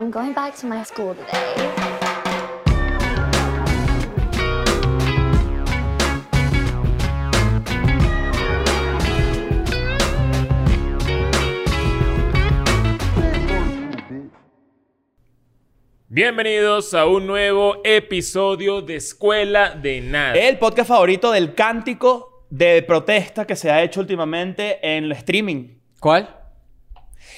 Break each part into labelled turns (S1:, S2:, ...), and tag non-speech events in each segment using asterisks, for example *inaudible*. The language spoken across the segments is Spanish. S1: I'm going back to my school today.
S2: Bienvenidos a un nuevo episodio de Escuela de Nada.
S3: Eh,
S4: El podcast favorito del cántico de protesta que se ha hecho últimamente en el streaming.
S3: ¿Cuál?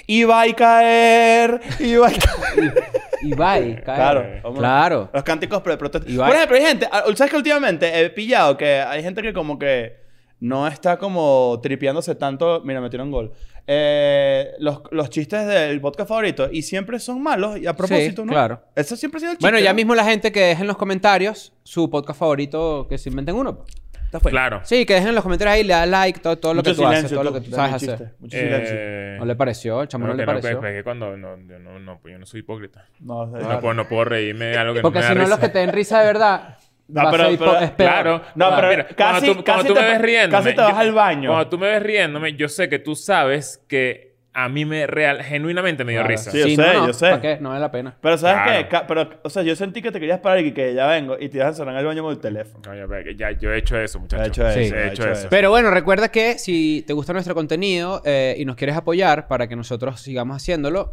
S4: Iba a caer, iba a caer.
S3: *laughs* Ibai.
S4: Eh, claro,
S2: Eh,
S3: cae.
S4: vamos. Ah,
S3: Claro.
S4: Los cánticos de protesta.
S3: Ibai.
S4: Por ejemplo, hay gente, ah, ¿sabes que últimamente he pillado que hay gente que como que no está como tripeándose tanto. Mira, metieron gol. Eh, los, los chistes del podcast favorito y siempre son malos y a propósito, ¿no?
S3: claro.
S4: Eso siempre ha sido el chiste.
S3: Bueno, ya
S4: ¿no?
S3: mismo la gente que deje en los comentarios su podcast favorito que se inventen uno.
S4: Está fuera.
S2: Claro.
S3: pues, Sí, que dejen en los comentarios ahí, le da like, todo, todo lo que
S4: Mucho
S3: tú haces,
S4: silencio,
S3: todo lo que tú
S4: también
S3: sabes hacer.
S4: chiste, Mucho silencio.
S2: Eh,
S3: ¿No le pareció? El chamo no,
S2: no,
S3: le
S2: que no,
S3: pareció.
S2: que- que cuando no, yo no, no, pues yo no soy hipócrita.
S4: No,
S2: No,
S4: claro.
S2: puedo, no puedo reírme de algo que
S3: Porque
S2: no me da
S3: si no, los
S2: risa.
S3: que te den risa de verdad.
S4: *laughs* No,
S3: va a
S4: pero-
S3: ser hipo-
S4: pero-
S3: es peor.
S2: Claro.
S4: No,
S2: Ah,
S4: pero
S2: mira,
S4: casi-
S2: cuando tú, cuando
S4: casi
S2: tú
S4: te-
S2: me ves riéndome,
S4: casi te vas al baño.
S2: Cuando tú me ves riéndome, yo sé que tú sabes que a mí me real, genuinamente me dio
S3: Claro.
S2: risa.
S4: Sí. yo
S3: no,
S4: sé,
S3: no,
S4: yo sé.
S3: ¿Para qué? No vale la pena.
S4: Pero ¿sabes
S2: Claro.
S4: qué? Ca- Pero, o sea, yo sentí que te querías parar y que ya vengo y te ibas a sonar al baño con el teléfono.
S2: Coño, pero que ya, yo he hecho eso, muchachos.
S4: He hecho eso,
S3: Sí.
S4: he hecho eso.
S3: Pero bueno, recuerda que si te gusta nuestro contenido eh, y nos quieres apoyar para que nosotros sigamos haciéndolo,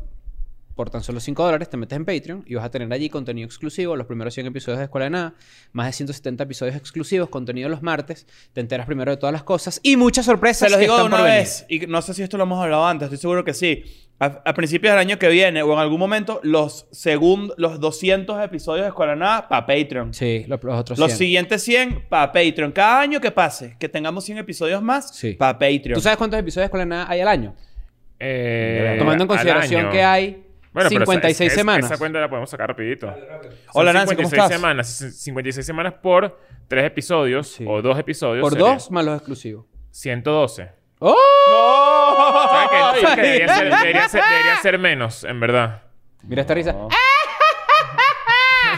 S3: por tan solo 5 dólares te metes en Patreon y vas a tener allí contenido exclusivo, los primeros 100 episodios de Escuela de Nada, más de 170 episodios exclusivos, contenido los martes, te enteras primero de todas las cosas y muchas
S4: Se
S3: sorpresas.
S4: los
S3: que
S4: digo de
S3: están
S4: una
S3: por venir.
S4: vez, y no sé si esto lo hemos hablado antes, estoy seguro que sí. A, a principios del año que viene o en algún momento, los, segun- los 200 episodios de Escuela de Nada para Patreon.
S3: Sí, lo- los otros
S4: Los
S3: 100.
S4: siguientes 100 para Patreon. Cada año que pase, que tengamos 100 episodios más,
S3: Sí.
S4: para Patreon.
S3: ¿Tú sabes cuántos episodios de Escuela de Nada hay al año?
S2: Eh,
S3: Tomando en
S2: al
S3: consideración
S2: año.
S3: que hay
S2: Bueno, pero esa-
S3: 56
S2: es-
S3: semanas.
S2: Esa cuenta la podemos sacar rapidito.
S4: Hola,
S2: Son
S4: Nancy, ¿cómo estás?
S2: semanas. c- 56 semanas por 3 episodios
S3: Sí.
S2: o 2 episodios.
S3: por
S2: serían
S3: dos más los exclusivos.
S2: 112.
S3: ¡Oh!
S2: O sea, que- que debería, ser, debería ser- debería ser menos, en verdad.
S3: Mira esta risa.
S4: No.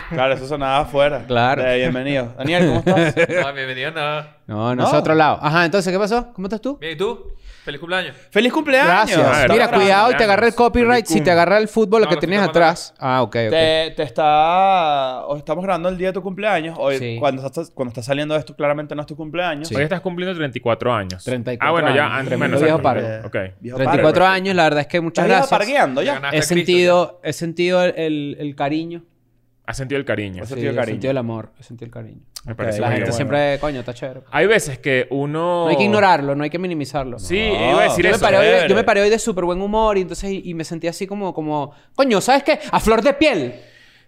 S4: Claro, eso sonaba afuera.
S3: Claro.
S4: Eh, bienvenido. Daniel, ¿cómo estás?
S3: *laughs*
S5: No, bienvenido, no.
S3: No, no es otro lado. Ajá, entonces, ¿qué pasó? ¿Cómo estás tú?
S5: Bien, ¿y tú? Feliz cumpleaños.
S4: ¡Feliz cumpleaños!
S3: Gracias.
S2: Ah,
S4: Está
S3: Mira,
S2: verdad.
S4: grabando.
S3: cuidado y te agarra el
S2: Cumpleaños.
S3: copyright. Si te agarra el fútbol, lo
S5: No,
S3: que
S5: no,
S3: tenías
S5: estoy tomando.
S3: atrás. Ah, ok, ok.
S4: Te, te está. O estamos grabando el día de tu cumpleaños. Hoy,
S3: Sí.
S4: cuando, estás, cuando está saliendo esto, claramente no es tu cumpleaños.
S3: Sí.
S2: Hoy estás cumpliendo 34 años.
S3: 34
S2: Ah, bueno, ya.
S3: años.
S2: ah, Bueno,
S3: Tremendo viejo
S2: exacto.
S3: paro.
S2: Ok.
S4: Viejo
S3: 34 años, la verdad es que muchas
S4: ¿Estás ya
S3: gracias.
S4: pargueando
S5: Ya
S4: ya?
S5: ganaste
S3: He
S5: a Cristo,
S3: sentido, he sentido el, el- el cariño.
S2: Has sentido el cariño.
S4: He
S3: Sí,
S4: sentido
S3: he
S4: cariño.
S3: sentido el amor. He sentido el cariño.
S2: Me parece
S4: Sí,
S3: la
S2: muy
S3: gente
S2: bien.
S3: siempre, coño, está chévere.
S2: Hay veces que uno...
S3: No hay que ignorarlo, no hay que minimizarlo.
S2: Sí,
S4: No.
S2: iba a decir
S3: Yo me,
S2: eso.
S3: paré hoy,
S4: chévere.
S3: yo me paré hoy de súper buen humor y entonces y, y me sentí así como, como, coño, ¿sabes qué? A flor de piel.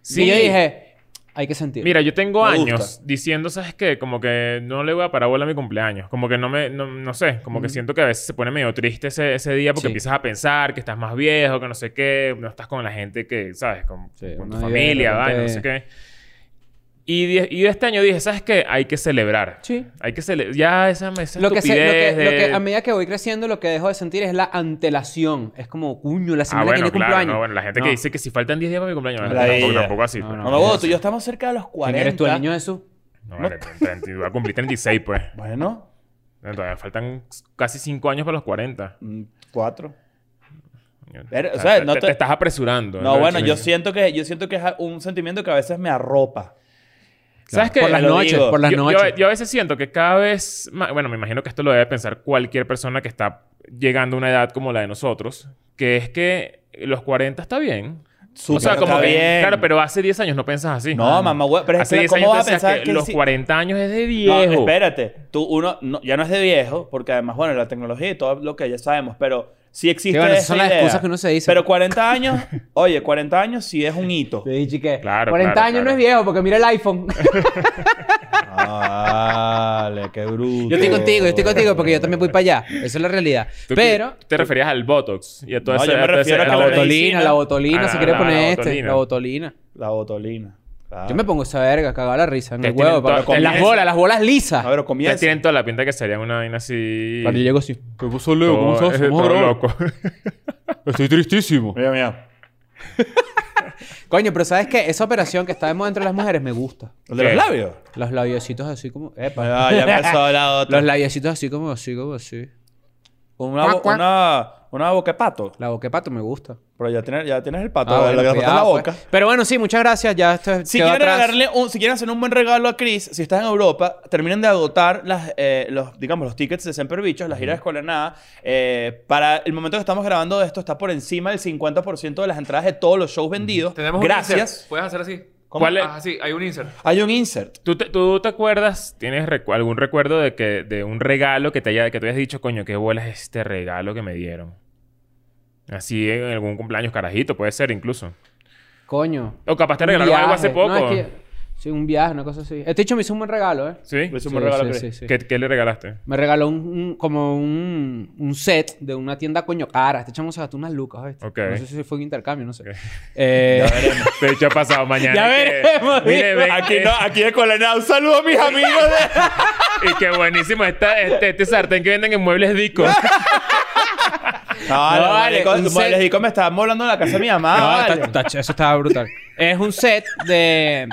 S2: Sí.
S3: Y yo dije, hay que sentir.
S2: Mira, yo tengo
S4: Me gusta.
S2: años diciendo, ¿sabes qué? Como que no le voy a parar bola a mi cumpleaños. Como que no me... No, no sé. Como que siento que a veces se pone medio triste ese, ese día porque
S3: Sí.
S2: empiezas a pensar que estás más viejo, que no sé qué. No estás con la gente que, ¿sabes? Con,
S3: Sí,
S2: con
S3: uno
S2: tu
S3: vive de
S2: familia, vaina, no
S3: repente-
S2: sé qué. Y de, y de este año dije, ¿sabes qué? Hay que celebrar.
S3: Sí.
S2: Hay que celebrar. Ya esa, esa
S3: lo que, se- lo que-
S2: estupidez
S3: lo que
S2: de-
S3: a medida que voy creciendo, lo que dejo de sentir es la antelación. Es como, cuño, la semana
S2: Ah, bueno,
S3: que viene
S2: claro.
S3: cumpleaños.
S2: No, bueno, la gente
S3: No.
S2: que dice que si faltan 10 días para mi cumpleaños.
S4: La
S2: tampoco,
S4: idea.
S2: tampoco así.
S3: No,
S2: pues.
S3: no.
S4: No, no, tú y yo estamos cerca de los 40.
S3: ¿Quién eres tú, el niño Jesús?
S2: No, vale, 30, voy a cumplir 36, pues.
S4: Bueno,
S2: No, Todavía faltan casi 5 años para los 40.
S4: mm, cuatro.
S2: Coño,
S4: Pero,
S2: o sea,
S4: o sea,
S2: te,
S4: no
S2: te-
S4: te-
S2: te estás apresurando.
S4: No, bueno, yo
S2: siento...
S4: siento que yo siento que es un sentimiento que a veces me arropa.
S2: ¿Sabes qué?
S3: Por las
S4: Lo
S3: noches,
S4: digo.
S3: por las
S2: yo, yo-
S3: noches.
S2: yo a veces siento que cada vez más... Bueno, me imagino que esto lo debe pensar cualquier persona que está llegando a una edad como la de nosotros. Que es que los 40 está bien.
S4: Súper,
S2: o sea, como
S4: está
S2: que...
S4: bien.
S2: Claro, pero hace 10 años no pensas así.
S4: No, mamá, güey, pero es
S2: hace
S4: que
S2: 10
S4: ¿cómo
S2: años
S4: vas a
S2: pensabas
S4: pensar
S2: que,
S4: que
S2: los
S4: si-
S2: 40 años es de
S4: No,
S2: viejo.
S4: espérate. Tú, uno, no- ya no es de viejo, porque además, bueno, la tecnología y todo lo que ya sabemos, pero sí existe
S3: Sí, bueno, esas
S4: esa
S3: son las
S4: idea.
S3: excusas que uno se dice.
S4: Pero 40 años, oye, 40 años sí es un hito.
S3: Te dije que
S2: Claro,
S3: 40
S2: claro,
S3: años
S2: claro.
S3: no es viejo porque mira
S2: *laughs*
S3: el iPhone.
S4: Vale, qué bruto.
S3: yo estoy contigo, yo estoy contigo porque yo también voy para allá. Esa es la realidad.
S2: *laughs* ¿Tú
S3: Pero
S2: qué- te referías al Botox y a toda
S4: No,
S2: esa-
S4: yo me
S2: a toda esa-
S4: refiero a
S3: la
S4: la
S3: botolina,
S4: medicina.
S3: la botolina,
S2: Ah,
S3: se quiere
S2: la-
S3: poner
S2: la
S3: este.
S2: botolina.
S3: La botolina.
S4: La botolina. Claro.
S3: Yo me pongo esa verga, cagada la risa en
S2: Te
S3: el
S2: tienen
S3: huevo.
S2: toda-
S3: pero
S2: te
S3: con las
S2: tienen-
S3: bolas, las bolas lisas.
S4: A ver, comienza.
S2: Ustedes tienen toda la pinta que sería una vaina así.
S3: Cuando yo llego así.
S6: ¿Qué pasó, Leo? ¿Cómo
S2: Todo-
S6: estás?
S2: todo
S6: ¿Cómo estás?
S2: loco.
S6: *laughs*
S2: Eh,
S6: Estoy tristísimo.
S4: Mira, mira.
S3: Coño, pero ¿sabes qué? Esa operación que está de moda entre las mujeres me gusta.
S4: ¿El de los
S2: ¿Qué?
S4: labios?
S3: Los labiositos así como... Epa. *laughs*
S4: Ah, ya empezó la otra.
S3: Los labiecitos así como así, como así.
S4: Una, bo-
S3: Cuac, cuac.
S4: una, Una boca de pato.
S3: La boca de pato me gusta.
S4: Pero ya tienes, ya tienes el pato.
S3: Ah,
S4: la
S3: bueno,
S4: que está en la
S3: cuidado, pues.
S4: boca.
S3: Pero bueno, sí, muchas gracias. Ya esto es-
S4: Si
S3: quedó
S4: quieren,
S3: atrás.
S4: regalarle un- si quieren hacer un buen regalo a Chris, si estás en Europa, terminen de agotar las, eh, los, digamos, los tickets de Semper Bichos, las giras de Escuela de Nada. Eh, para el momento que estamos grabando de esto, está por encima del 50% de las entradas de todos los shows vendidos.
S5: Tenemos un
S4: Gracias.
S5: insert. Puedes hacer así.
S2: ¿Cómo? ¿Cuál es?
S5: Ah, sí, hay un insert.
S4: Hay un insert.
S2: ¿Tú te, tú te acuerdas, tienes recu- algún recuerdo de que de un regalo que te haya, que tú hayas dicho, coño, qué bolas este regalo que me dieron? Así en algún cumpleaños carajito, puede ser incluso.
S3: Coño.
S2: O capaz te
S3: Un
S2: regalaron algo
S3: viaje.
S2: hace poco.
S3: No, es que- sí, un viaje, una cosa así. Este hecho me hizo un buen regalo, ¿eh?
S2: ¿Sí?
S4: Es un
S3: Sí,
S4: buen regalo a
S3: sí,
S4: Chris.
S3: sí, sí.
S2: ¿Qué, qué le regalaste?
S3: Me regaló un, un- como un, un set de una tienda coño cara. Este chamo se gastó unas lucas, ¿viste?
S2: Ok.
S3: No sé si fue un intercambio, no sé. Eh, *laughs*
S2: De hecho, ha pasado mañana. y
S3: Ya
S2: que-
S3: veremos,
S2: Mire, ven,
S4: Aquí,
S2: eh,
S4: no, aquí de Colenada. Un saludo a mis amigos de...
S2: Y qué buenísimo está este, este sartén que venden en
S3: *laughs*
S2: muebles Dico.
S4: No,
S3: No,
S4: *laughs* no,
S3: vale,
S4: marico,
S3: un
S4: tu
S3: set.
S4: madre, digo, me estaba molando en la casa de mi mamá.
S3: no,
S4: Ah, vale.
S3: está- está ch- eso estaba brutal. Es un set de...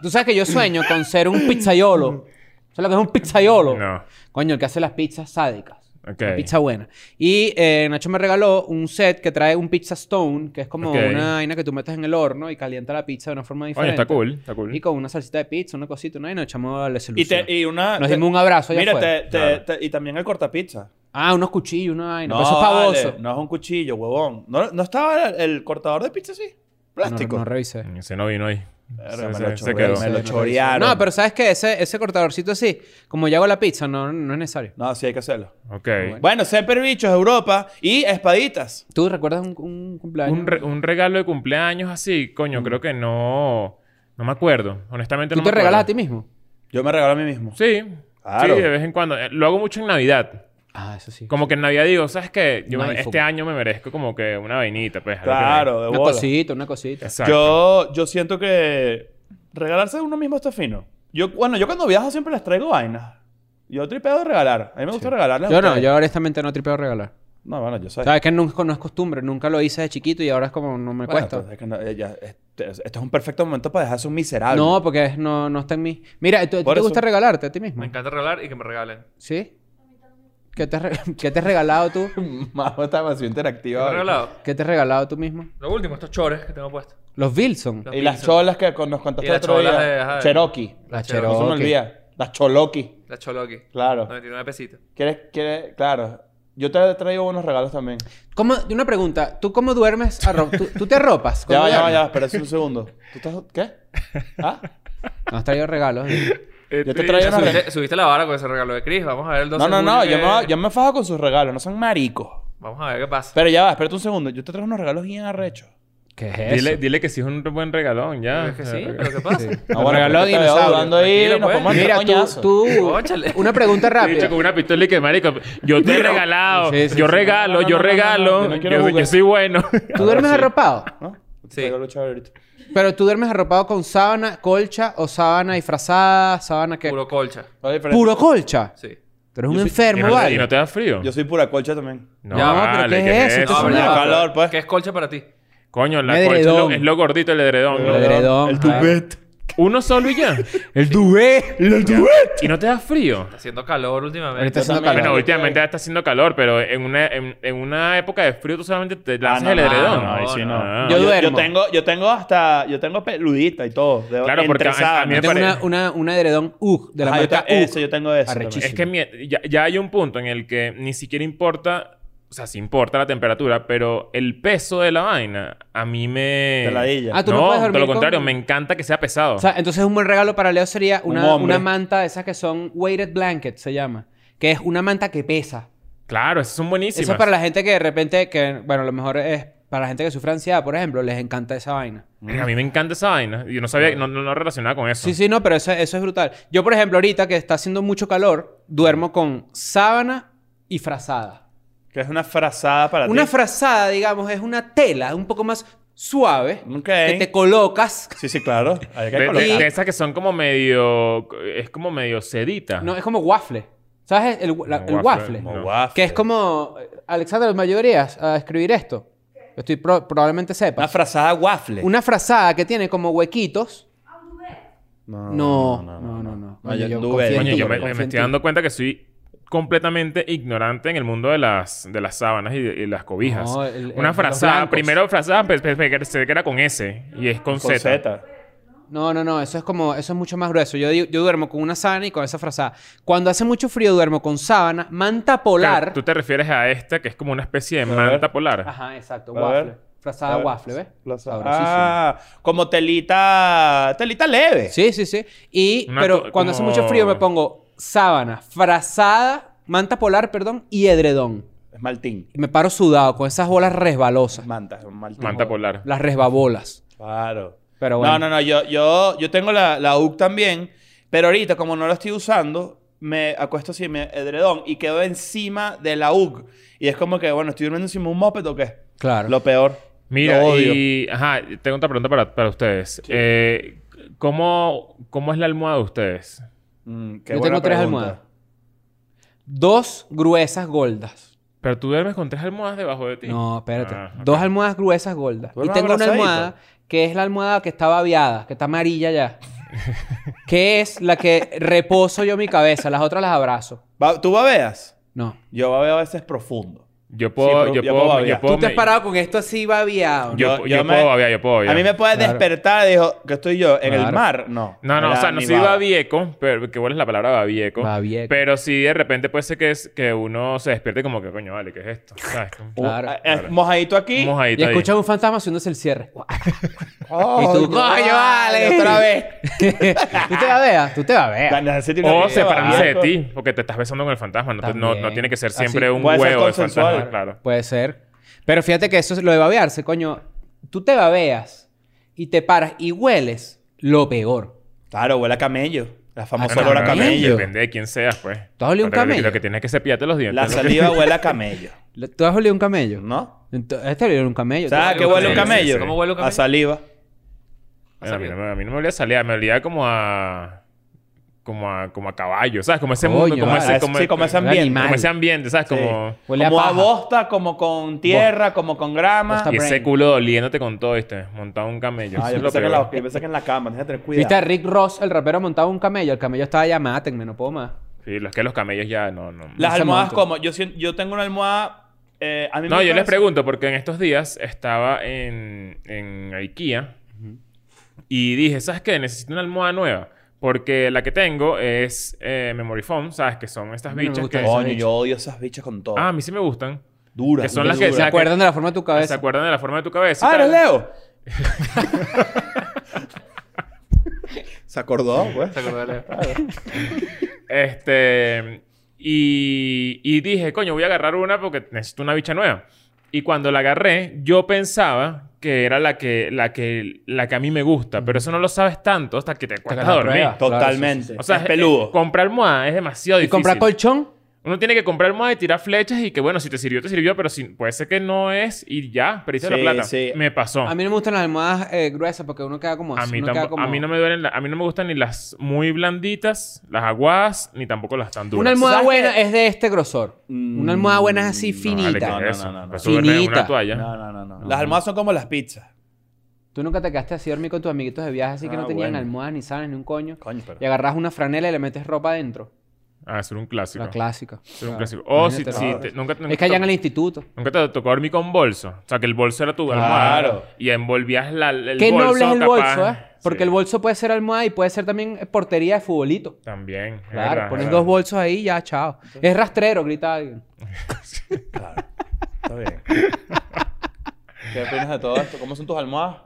S3: Tú sabes que yo sueño con ser un pizzaiolo. ¿Sabes lo que es un pizzaiolo?
S2: No.
S3: Coño, el que hace las pizzas sádicas.
S2: Ok.
S3: Una Pizza buena. Y eh, Nacho me regaló un set que trae un pizza stone, que es como
S2: Ok.
S3: una vaina que tú metes en el horno y calienta la pizza de una forma
S2: Coño,
S3: diferente.
S2: está cool. Está cool.
S3: Y con una salsita de pizza, una cosita, una vaina, echamos la
S4: Y, te-
S3: solución.
S4: y una...
S3: Nos
S4: te-
S3: dimos un abrazo allá
S4: Mira, te-
S3: afuera.
S4: te- te- y también el cortapizza.
S3: Ah, unos cuchillos, una vaina. Pero eso es
S4: vale,
S3: pavoso. Ah,
S4: no es un cuchillo, huevón. ¿No, no estaba el, el cortador de pizza así? Plástico.
S3: No, no revisé.
S2: Ese no vino hoy.
S4: Verga,
S2: Se-
S4: me
S2: se-
S4: lo
S2: se
S4: chorreé,
S2: quedó.
S4: me lo
S3: Sí, no
S4: chorearon.
S3: No, pero ¿sabes qué? Ese, ese cortadorcito así, como yo hago la pizza, no, no es necesario.
S4: No, sí hay que hacerlo.
S2: Ok.
S4: Bueno, Semper Bichos, Europa y espaditas.
S3: ¿Tú recuerdas un, un cumpleaños? Mm.
S2: Un, re- un regalo de cumpleaños así, coño, creo que no. No me acuerdo. Honestamente,
S3: ¿Tú
S2: no me
S3: te
S2: acuerdo.
S3: regalas a ti mismo?
S4: Yo me regalo a mí mismo.
S2: Sí.
S4: Claro.
S2: Sí, de vez en cuando. Eh, Lo hago mucho en Navidad.
S3: Ah, eso sí.
S2: Como que en Navidad digo, ¿sabes qué? Yo
S3: Un
S2: me-
S3: iPhone.
S2: este año me merezco como que una vainita, pues. algo que-
S4: Claro, de
S3: Una
S4: bola.
S3: cosita, una cosita.
S2: Exacto.
S4: Yo, yo siento que regalarse a uno mismo está fino. Yo, bueno, yo cuando viajo siempre les traigo vainas. Yo tripeo de regalar. A mí me gusta regalarles. a
S3: Yo no,
S4: ustedes.
S3: yo honestamente no tripeo regalar.
S4: No, bueno, yo sé.
S3: ¿Sabes que nunca, no es costumbre? Nunca lo hice de chiquito y ahora es como no me
S4: Bueno,
S3: cuesta.
S4: entonces, que no, eh, ya, este, este es un perfecto momento para dejarse un miserable.
S3: No, porque es- no, no está en mí. Mira, ¿tú,
S4: Por
S3: ¿te
S4: eso-
S3: gusta regalarte a ti mismo?
S5: Me encanta regalar y que me regalen.
S3: ¿Sí? ¿Qué te, has re- qué te has regalado tú?
S4: *laughs* Majo está demasiado
S5: ¿Qué me
S4: interactiva.
S5: has
S4: hoy.
S5: regalado?
S3: ¿Qué te has regalado tú mismo?
S5: Lo último, estos chores que tengo puestos.
S3: Los Wilson.
S5: Los-
S4: Y las cholas que con- nos contaste
S5: Y las
S4: otro
S5: cholas
S4: día.
S5: de- ajá, de-
S4: Cherokee.
S3: Las
S5: Cherokee.
S4: No se me
S3: Cherokee.
S4: olvida. Las Choloki.
S5: La cholo aquí.
S4: Claro.
S5: 99 pesitos.
S4: ¿Quieres, quieres? Claro. Yo te traigo unos regalos también.
S3: ¿Cómo, una pregunta. ¿Tú cómo duermes? arro- ¿Tú, tú te arropas?
S4: Ya
S3: cuando
S4: va, ya va,
S3: duermes?
S4: ya va. Espera un segundo. ¿Tú estás...
S5: *laughs*
S4: ¿Qué? ¿Ah?
S3: No has traído regalos.
S4: Yo te traigo
S5: Ya
S4: unos
S5: Subiste,
S4: regalos.
S5: subiste la vara con ese regalo de Chris. Vamos a ver el 12
S4: No,
S5: de
S4: no,
S5: junio
S4: no.
S5: que-
S4: Yo me, yo me fajo con sus regalos. No son maricos.
S5: Vamos a ver qué pasa.
S4: Pero ya va. Espérate un segundo. Yo te traigo unos regalos bien arrechos.
S3: ¿Qué es eso?
S2: Dile, dile que sí es un buen regalón, ya.
S5: Es que sí, pero ¿qué pasa?
S3: No, regaló
S4: porque te veo
S3: dinosaurio.
S4: dudando ahí.
S5: Tranquilo,
S4: Nos
S5: pues.
S4: podemos
S3: Mira,
S4: entrar
S3: tú...
S4: coñazos.
S3: tú-
S5: Cónchale.
S3: una pregunta
S2: Dicho con
S3: rápida.
S2: una pistola y que marico, yo te he regalado,
S3: Sí, sí,
S2: yo
S3: sí.
S2: regalo,
S4: No, no,
S2: yo
S4: no, no, no,
S2: regalo,
S4: no, no quiero
S2: yo,
S4: jugar.
S2: yo soy bueno.
S3: *laughs* ¿Tú duermes arropado?
S4: ¿No?
S5: Sí.
S4: Te regalo chavo ahorita.
S3: Pero tú duermes arropado con sábana, colcha o sábana disfrazada, sábana que...
S5: Puro colcha.
S4: Vale, pero-
S3: Puro colcha.
S5: Sí.
S3: Tú eres un
S2: y, no,
S3: enfermo,
S2: te-
S3: ¿vale?
S2: y no te da frío.
S4: Yo soy pura colcha también.
S2: No,
S3: Ya, pero ¿qué es eso?
S5: No,
S3: Esto
S5: pero
S3: es
S5: ya
S3: una-
S5: va.
S4: calor, pues.
S5: ¿Qué es colcha para ti?
S2: Coño, la
S3: Un
S2: colcha es lo,
S3: edredón.
S2: es lo gordito el edredón. ¿no?
S3: El edredón,
S4: El
S3: claro.
S4: tubet.
S2: Uno solo y ya.
S3: ¡El dué!
S4: El tubet.
S2: y no te da frío.
S5: Está haciendo calor últimamente.
S3: Ahorita haciendo
S4: también.
S3: calor.
S2: Bueno, últimamente ya está haciendo calor, pero en una, en, en una época de frío tú solamente te lanzas
S4: Ah, no,
S2: el
S4: no,
S2: edredón.
S4: no, ahí sí no.
S2: Ah.
S3: Yo duermo.
S4: Yo tengo, yo tengo hasta, yo tengo peludita y todo. de-
S2: Claro, porque
S4: entre
S2: a- a
S4: sábanas.
S2: mí me
S3: Yo tengo
S2: parece-
S3: Este una, una, una edredón UG de la
S4: Ajá, yo
S3: marca
S4: te-
S3: UG.
S4: eso, yo tengo eso
S3: Arrechísimo.
S2: Es que mi- ya, ya hay un punto en el que ni siquiera importa, o sea, sí importa la temperatura, pero el peso de la vaina a mí me...
S4: Te ladilla.
S3: Ah, tú no
S2: no,
S3: puedes
S2: todo
S3: dormir
S2: lo
S3: con-
S2: contrario, me encanta que sea pesado.
S3: O sea, entonces un buen regalo para Leo sería
S4: Un
S3: una,
S4: hombre.
S3: una manta de esas que son weighted blanket, se llama. Que es una manta que pesa.
S2: claro, esas son buenísimas.
S3: Eso es para la gente que de repente, que, bueno, a lo mejor es para la gente que sufre ansiedad, por ejemplo, les encanta esa vaina.
S2: A mí me encanta esa vaina. Yo no
S4: Mm.
S2: sabía, no, no, no relacionaba con eso.
S3: Sí, sí, no, pero eso, eso es brutal. Yo, por ejemplo, ahorita que está haciendo mucho calor, duermo con sábana y frazada.
S4: Que es una frazada para ti.
S3: Una frazada, digamos, es una tela un poco más suave
S4: Ok.
S3: que te colocas.
S4: Sí, sí, claro. Hay que
S2: De, de-
S4: colocar.
S2: de esas que son como medio... Es como medio sedita.
S3: No, es como waffle. ¿Sabes? El, la- el
S2: Waffle,
S3: waffle.
S2: no.
S4: Como waffle.
S3: Que es como... eh, Alexander, ¿me ayudarías a escribir esto? Estoy pro- probablemente
S4: Una
S3: sepas.
S4: frazada waffle.
S3: Una frazada que tiene como huequitos. No, no, no, no.
S4: No, yo
S3: Coño, yo
S4: anduve.
S3: confío en
S2: Coño,
S3: ti,
S2: yo me,
S3: confío
S2: me
S3: en
S2: estoy
S3: ti.
S2: dando cuenta que soy completamente ignorante en el mundo de las, de las sábanas y, y las cobijas.
S3: No, el- el-
S2: Una
S3: los
S2: frazada,
S3: blancos.
S2: primero frazada, pues, pe- pe- pe- se ve que era con S y es con, Z.
S4: Con Z.
S3: No, no, no, eso es como, eso es mucho más grueso. Yo, digo- yo duermo con una sábana y con esa frazada. Cuando hace mucho frío duermo con sábana, manta
S2: Claro,
S3: polar.
S2: Tú te refieres a esta que es como una especie de
S4: ver.
S2: manta polar.
S3: Ajá, exacto,
S4: A
S3: waffle.
S4: ver.
S3: Frazada
S4: A
S2: Eh,
S4: ver.
S3: waffle, ¿ves?
S4: La sa-
S3: Sabrosísimo.
S4: Ah, como telita. Telita leve.
S3: Sí, sí, sí. Y,
S2: Una
S3: pero
S2: co-
S3: cuando hace
S2: como-
S3: mucho frío me pongo sábana, frazada, manta polar, perdón, y edredón.
S4: Es maltín.
S3: Y me paro sudado con esas bolas resbalosas.
S4: Manta, es un maltín.
S2: Manta polar.
S3: Las resbabolas.
S4: Claro.
S3: Pero bueno.
S4: No, no, no. Yo, yo, yo tengo la, la UC también. Pero ahorita, como no la estoy usando, me acuesto así en mi edredón y quedo encima de la UC. Y es como que, bueno, ¿estoy durmiendo encima de un moped o qué?
S3: Claro.
S4: Lo peor.
S2: Mira,
S4: Lo odio.
S2: y... Ajá, tengo otra pregunta para, para ustedes. Eh, ¿cómo, ¿Cómo es la almohada de ustedes?
S4: Mm, qué
S3: Yo
S4: buena
S3: tengo tres
S4: pregunta.
S3: almohadas. Dos gruesas goldas.
S2: Pero tú duermes con tres almohadas debajo de ti.
S3: No, espérate.
S2: Ah, ok.
S3: Dos almohadas gruesas goldas.
S4: ¿Tú
S3: Y
S4: duermes
S3: tengo una
S4: abrazadito?
S3: almohada que es la almohada que está babeada, que está
S2: *laughs*
S3: amarilla ya. que es la que reposo yo mi cabeza. Las otras las abrazo.
S4: Ba- ¿Tú babeas?
S3: No.
S4: Yo babeo a veces profundo.
S2: Yo
S4: Sí,
S2: puedo...
S4: pero
S2: yo,
S4: ya puedo
S2: puedo
S4: babear.
S2: yo puedo...
S3: Tú te has
S2: me-
S3: parado con esto así babeado.
S2: Yo,
S4: Yo-
S2: yo
S4: yo me-
S2: puedo babear, yo puedo babear.
S4: A mí me puedes
S3: Claro.
S4: despertar, dijo, que estoy yo, en el
S3: Claro.
S4: mar. No.
S2: No, no,
S4: Me
S2: o
S4: da
S2: sea, no
S4: mi
S2: soy
S4: baba.
S2: babieco, pero que cuál es la palabra babieco.
S3: Babieco.
S2: Pero sí de repente puede ser que, es, que uno se despierte como que, coño, vale, ¿qué es esto? ¿Sabes? Como-
S4: Uh,
S3: Claro.
S4: eh, eh, Mojadito aquí.
S2: Un mojadito
S3: Y
S2: ahí.
S3: escuchas un fantasma haciéndose el cierre. *laughs*
S4: Oh,
S3: Y tú,
S4: no,
S3: coño, vale.
S4: Otra vez.
S3: tú te babeas, tú te babeas.
S4: Necesito una
S2: O
S4: bebida
S2: separarse de
S4: babieco.
S2: ti, porque te estás besando con el fantasma. No, te- no-
S3: También.
S2: no tiene que ser
S3: Así.
S2: siempre un
S4: Puede ser
S2: huevo de
S4: consensual.
S2: fantasma, claro.
S3: Puede ser. Pero fíjate que eso es lo de babearse, coño. Tú te babeas y te paras y hueles lo peor.
S4: Claro, huele a camello. La famosa
S3: Ah,
S4: olor a
S3: camello.
S4: camello.
S2: Depende de quién seas, pues.
S3: ¿Tú has olido un
S2: Pero lo que-
S3: camello?
S2: Lo que tienes es que cepillarte los dientes.
S4: La
S2: ¿no? *laughs*
S4: saliva huele a camello.
S3: Lo- ¿Tú has olido un camello?
S4: ¿No?
S3: Ento- Este olió un camello.
S4: ¿Sabes a
S5: huele
S4: qué
S5: un
S4: huele un
S5: camello?
S4: camello?
S5: Sí, sí. ¿Cómo huele un
S4: A
S5: camello?
S4: saliva.
S2: Bueno, a, mí no, me- a mí no me olía salida, me olía como a... Como a, como a caballo, ¿sabes? Como ese
S3: Coño,
S2: mundo, como
S3: vale.
S2: ese...
S4: Ah, sí, como ese
S3: un
S4: ambiente.
S3: animal.
S2: como ese ambiente, ¿sabes?
S4: Sí.
S2: Como...
S3: Huele a
S4: como a,
S3: paja.
S4: bosta, como con tierra, como con grama.
S3: Bosta
S2: Y ese
S3: brain.
S2: culo doliéndote con todo, ¿viste? Montado en un camello.
S4: Ah,
S2: Eso
S4: yo
S2: es lo
S4: pensé, que en
S2: peor.
S4: la, yo pensé que en la cama. Tienes que tener cuidado.
S3: ¿Viste a Rick Ross, el rapero, montaba un camello? El camello estaba ya, mátenme, no puedo más.
S2: Sí, los que los camellos ya no, no.
S4: Las
S3: Ese
S4: almohadas
S3: monstruo.
S4: como... Yo, sien- yo tengo una almohada... eh, a mí
S2: No,
S4: me
S2: yo les
S4: parece-
S2: pregunto porque en estos días estaba en, en IKEA y dije, ¿sabes qué? Necesito una almohada nueva. Porque la que tengo es eh, Memory Foam, ¿sabes? Que son estas
S3: A mí no me
S2: bichas
S3: gusta
S2: que...
S3: eso.
S4: Coño, yo odio esas bichas con todo.
S2: Ah, a mí sí me gustan.
S4: duras.
S2: que son
S4: muy
S2: las que
S4: duras.
S3: ¿Se
S2: sea que-
S3: acuerdan de la forma de tu
S2: ¿Se
S3: cabeza?
S2: acuerdan de la forma de tu cabeza? y
S4: Ah,
S2: tal?
S4: eres Leo. Se acordó, pues.
S5: ¿Te acuerdas de la-
S2: Este. Y, y dije, coño, voy a agarrar una porque necesito una bicha nueva. Y cuando la agarré, yo pensaba que era la que, la que, la que a mí me gusta. Pero eso no lo sabes tanto hasta que te cuesta
S3: que la
S2: dormir.
S3: pruebas.
S4: Totalmente.
S2: O sea,
S4: es peludo.
S2: eh, comprar almohada es demasiado
S3: ¿Y
S2: difícil.
S3: comprar colchón?
S2: Uno tiene que comprar almohada y tirar flechas y que, bueno, si te sirvió, te sirvió. Pero si, puede ser que no es y ya, perdiste
S4: Sí,
S2: la plata.
S4: sí.
S2: Me pasó.
S3: A mí no me gustan las almohadas eh, gruesas porque uno queda como
S2: A
S3: así,
S2: mí,
S3: uno queda
S2: tampo-
S3: como-
S2: a mí no me duelen la- a mí no me gustan ni las muy blanditas, las aguadas, ni tampoco las tan duras.
S3: Una almohada
S4: ¿Sabes
S3: buena
S4: qué?
S3: es de este grosor.
S4: Mm,
S3: Una almohada buena es así
S4: no,
S3: finita.
S2: Mm, Vale, ¿qué
S4: No,
S2: es
S4: no,
S2: eso?
S4: no, no,
S2: Pues
S3: no.
S2: tú duermes en
S3: Finita.
S2: una toalla.
S4: No, no, no, no. Las almohadas son como las pizzas.
S3: Tú nunca te quedaste así a dormir con tus amiguitos de viaje así que
S4: Ah,
S3: no tenían
S4: bueno.
S3: almohadas, ni sábanas, ni un coño.
S4: Coño, pero.
S3: Y agarras una franela y le metes ropa adentro.
S2: Ah, eso era un clásico.
S3: La clásica.
S2: Eso era un
S3: Claro.
S2: clásico. O si,
S3: Imagínate,
S2: si
S3: ¿no?
S2: te- nunca, nunca
S3: Es que allá en
S2: to-
S3: el instituto.
S2: nunca te tocó dormir con bolso. O sea, que el bolso era tu almohada.
S4: Claro.
S2: Y envolvías la, el
S3: Qué
S2: bolso.
S3: noble es el
S2: capaz.
S3: bolso, ¿eh? Porque
S2: Sí,
S3: el bolso puede ser almohada y puede ser también portería de futbolito.
S2: También. es
S3: Claro,
S2: verdad, es
S3: pones
S2: verdad.
S3: dos bolsos ahí y ya, chao. Es rastrero, grita alguien.
S4: Claro.
S2: *laughs*
S4: Está bien. ¿Qué opinas de todo esto? ¿Cómo son tus almohadas?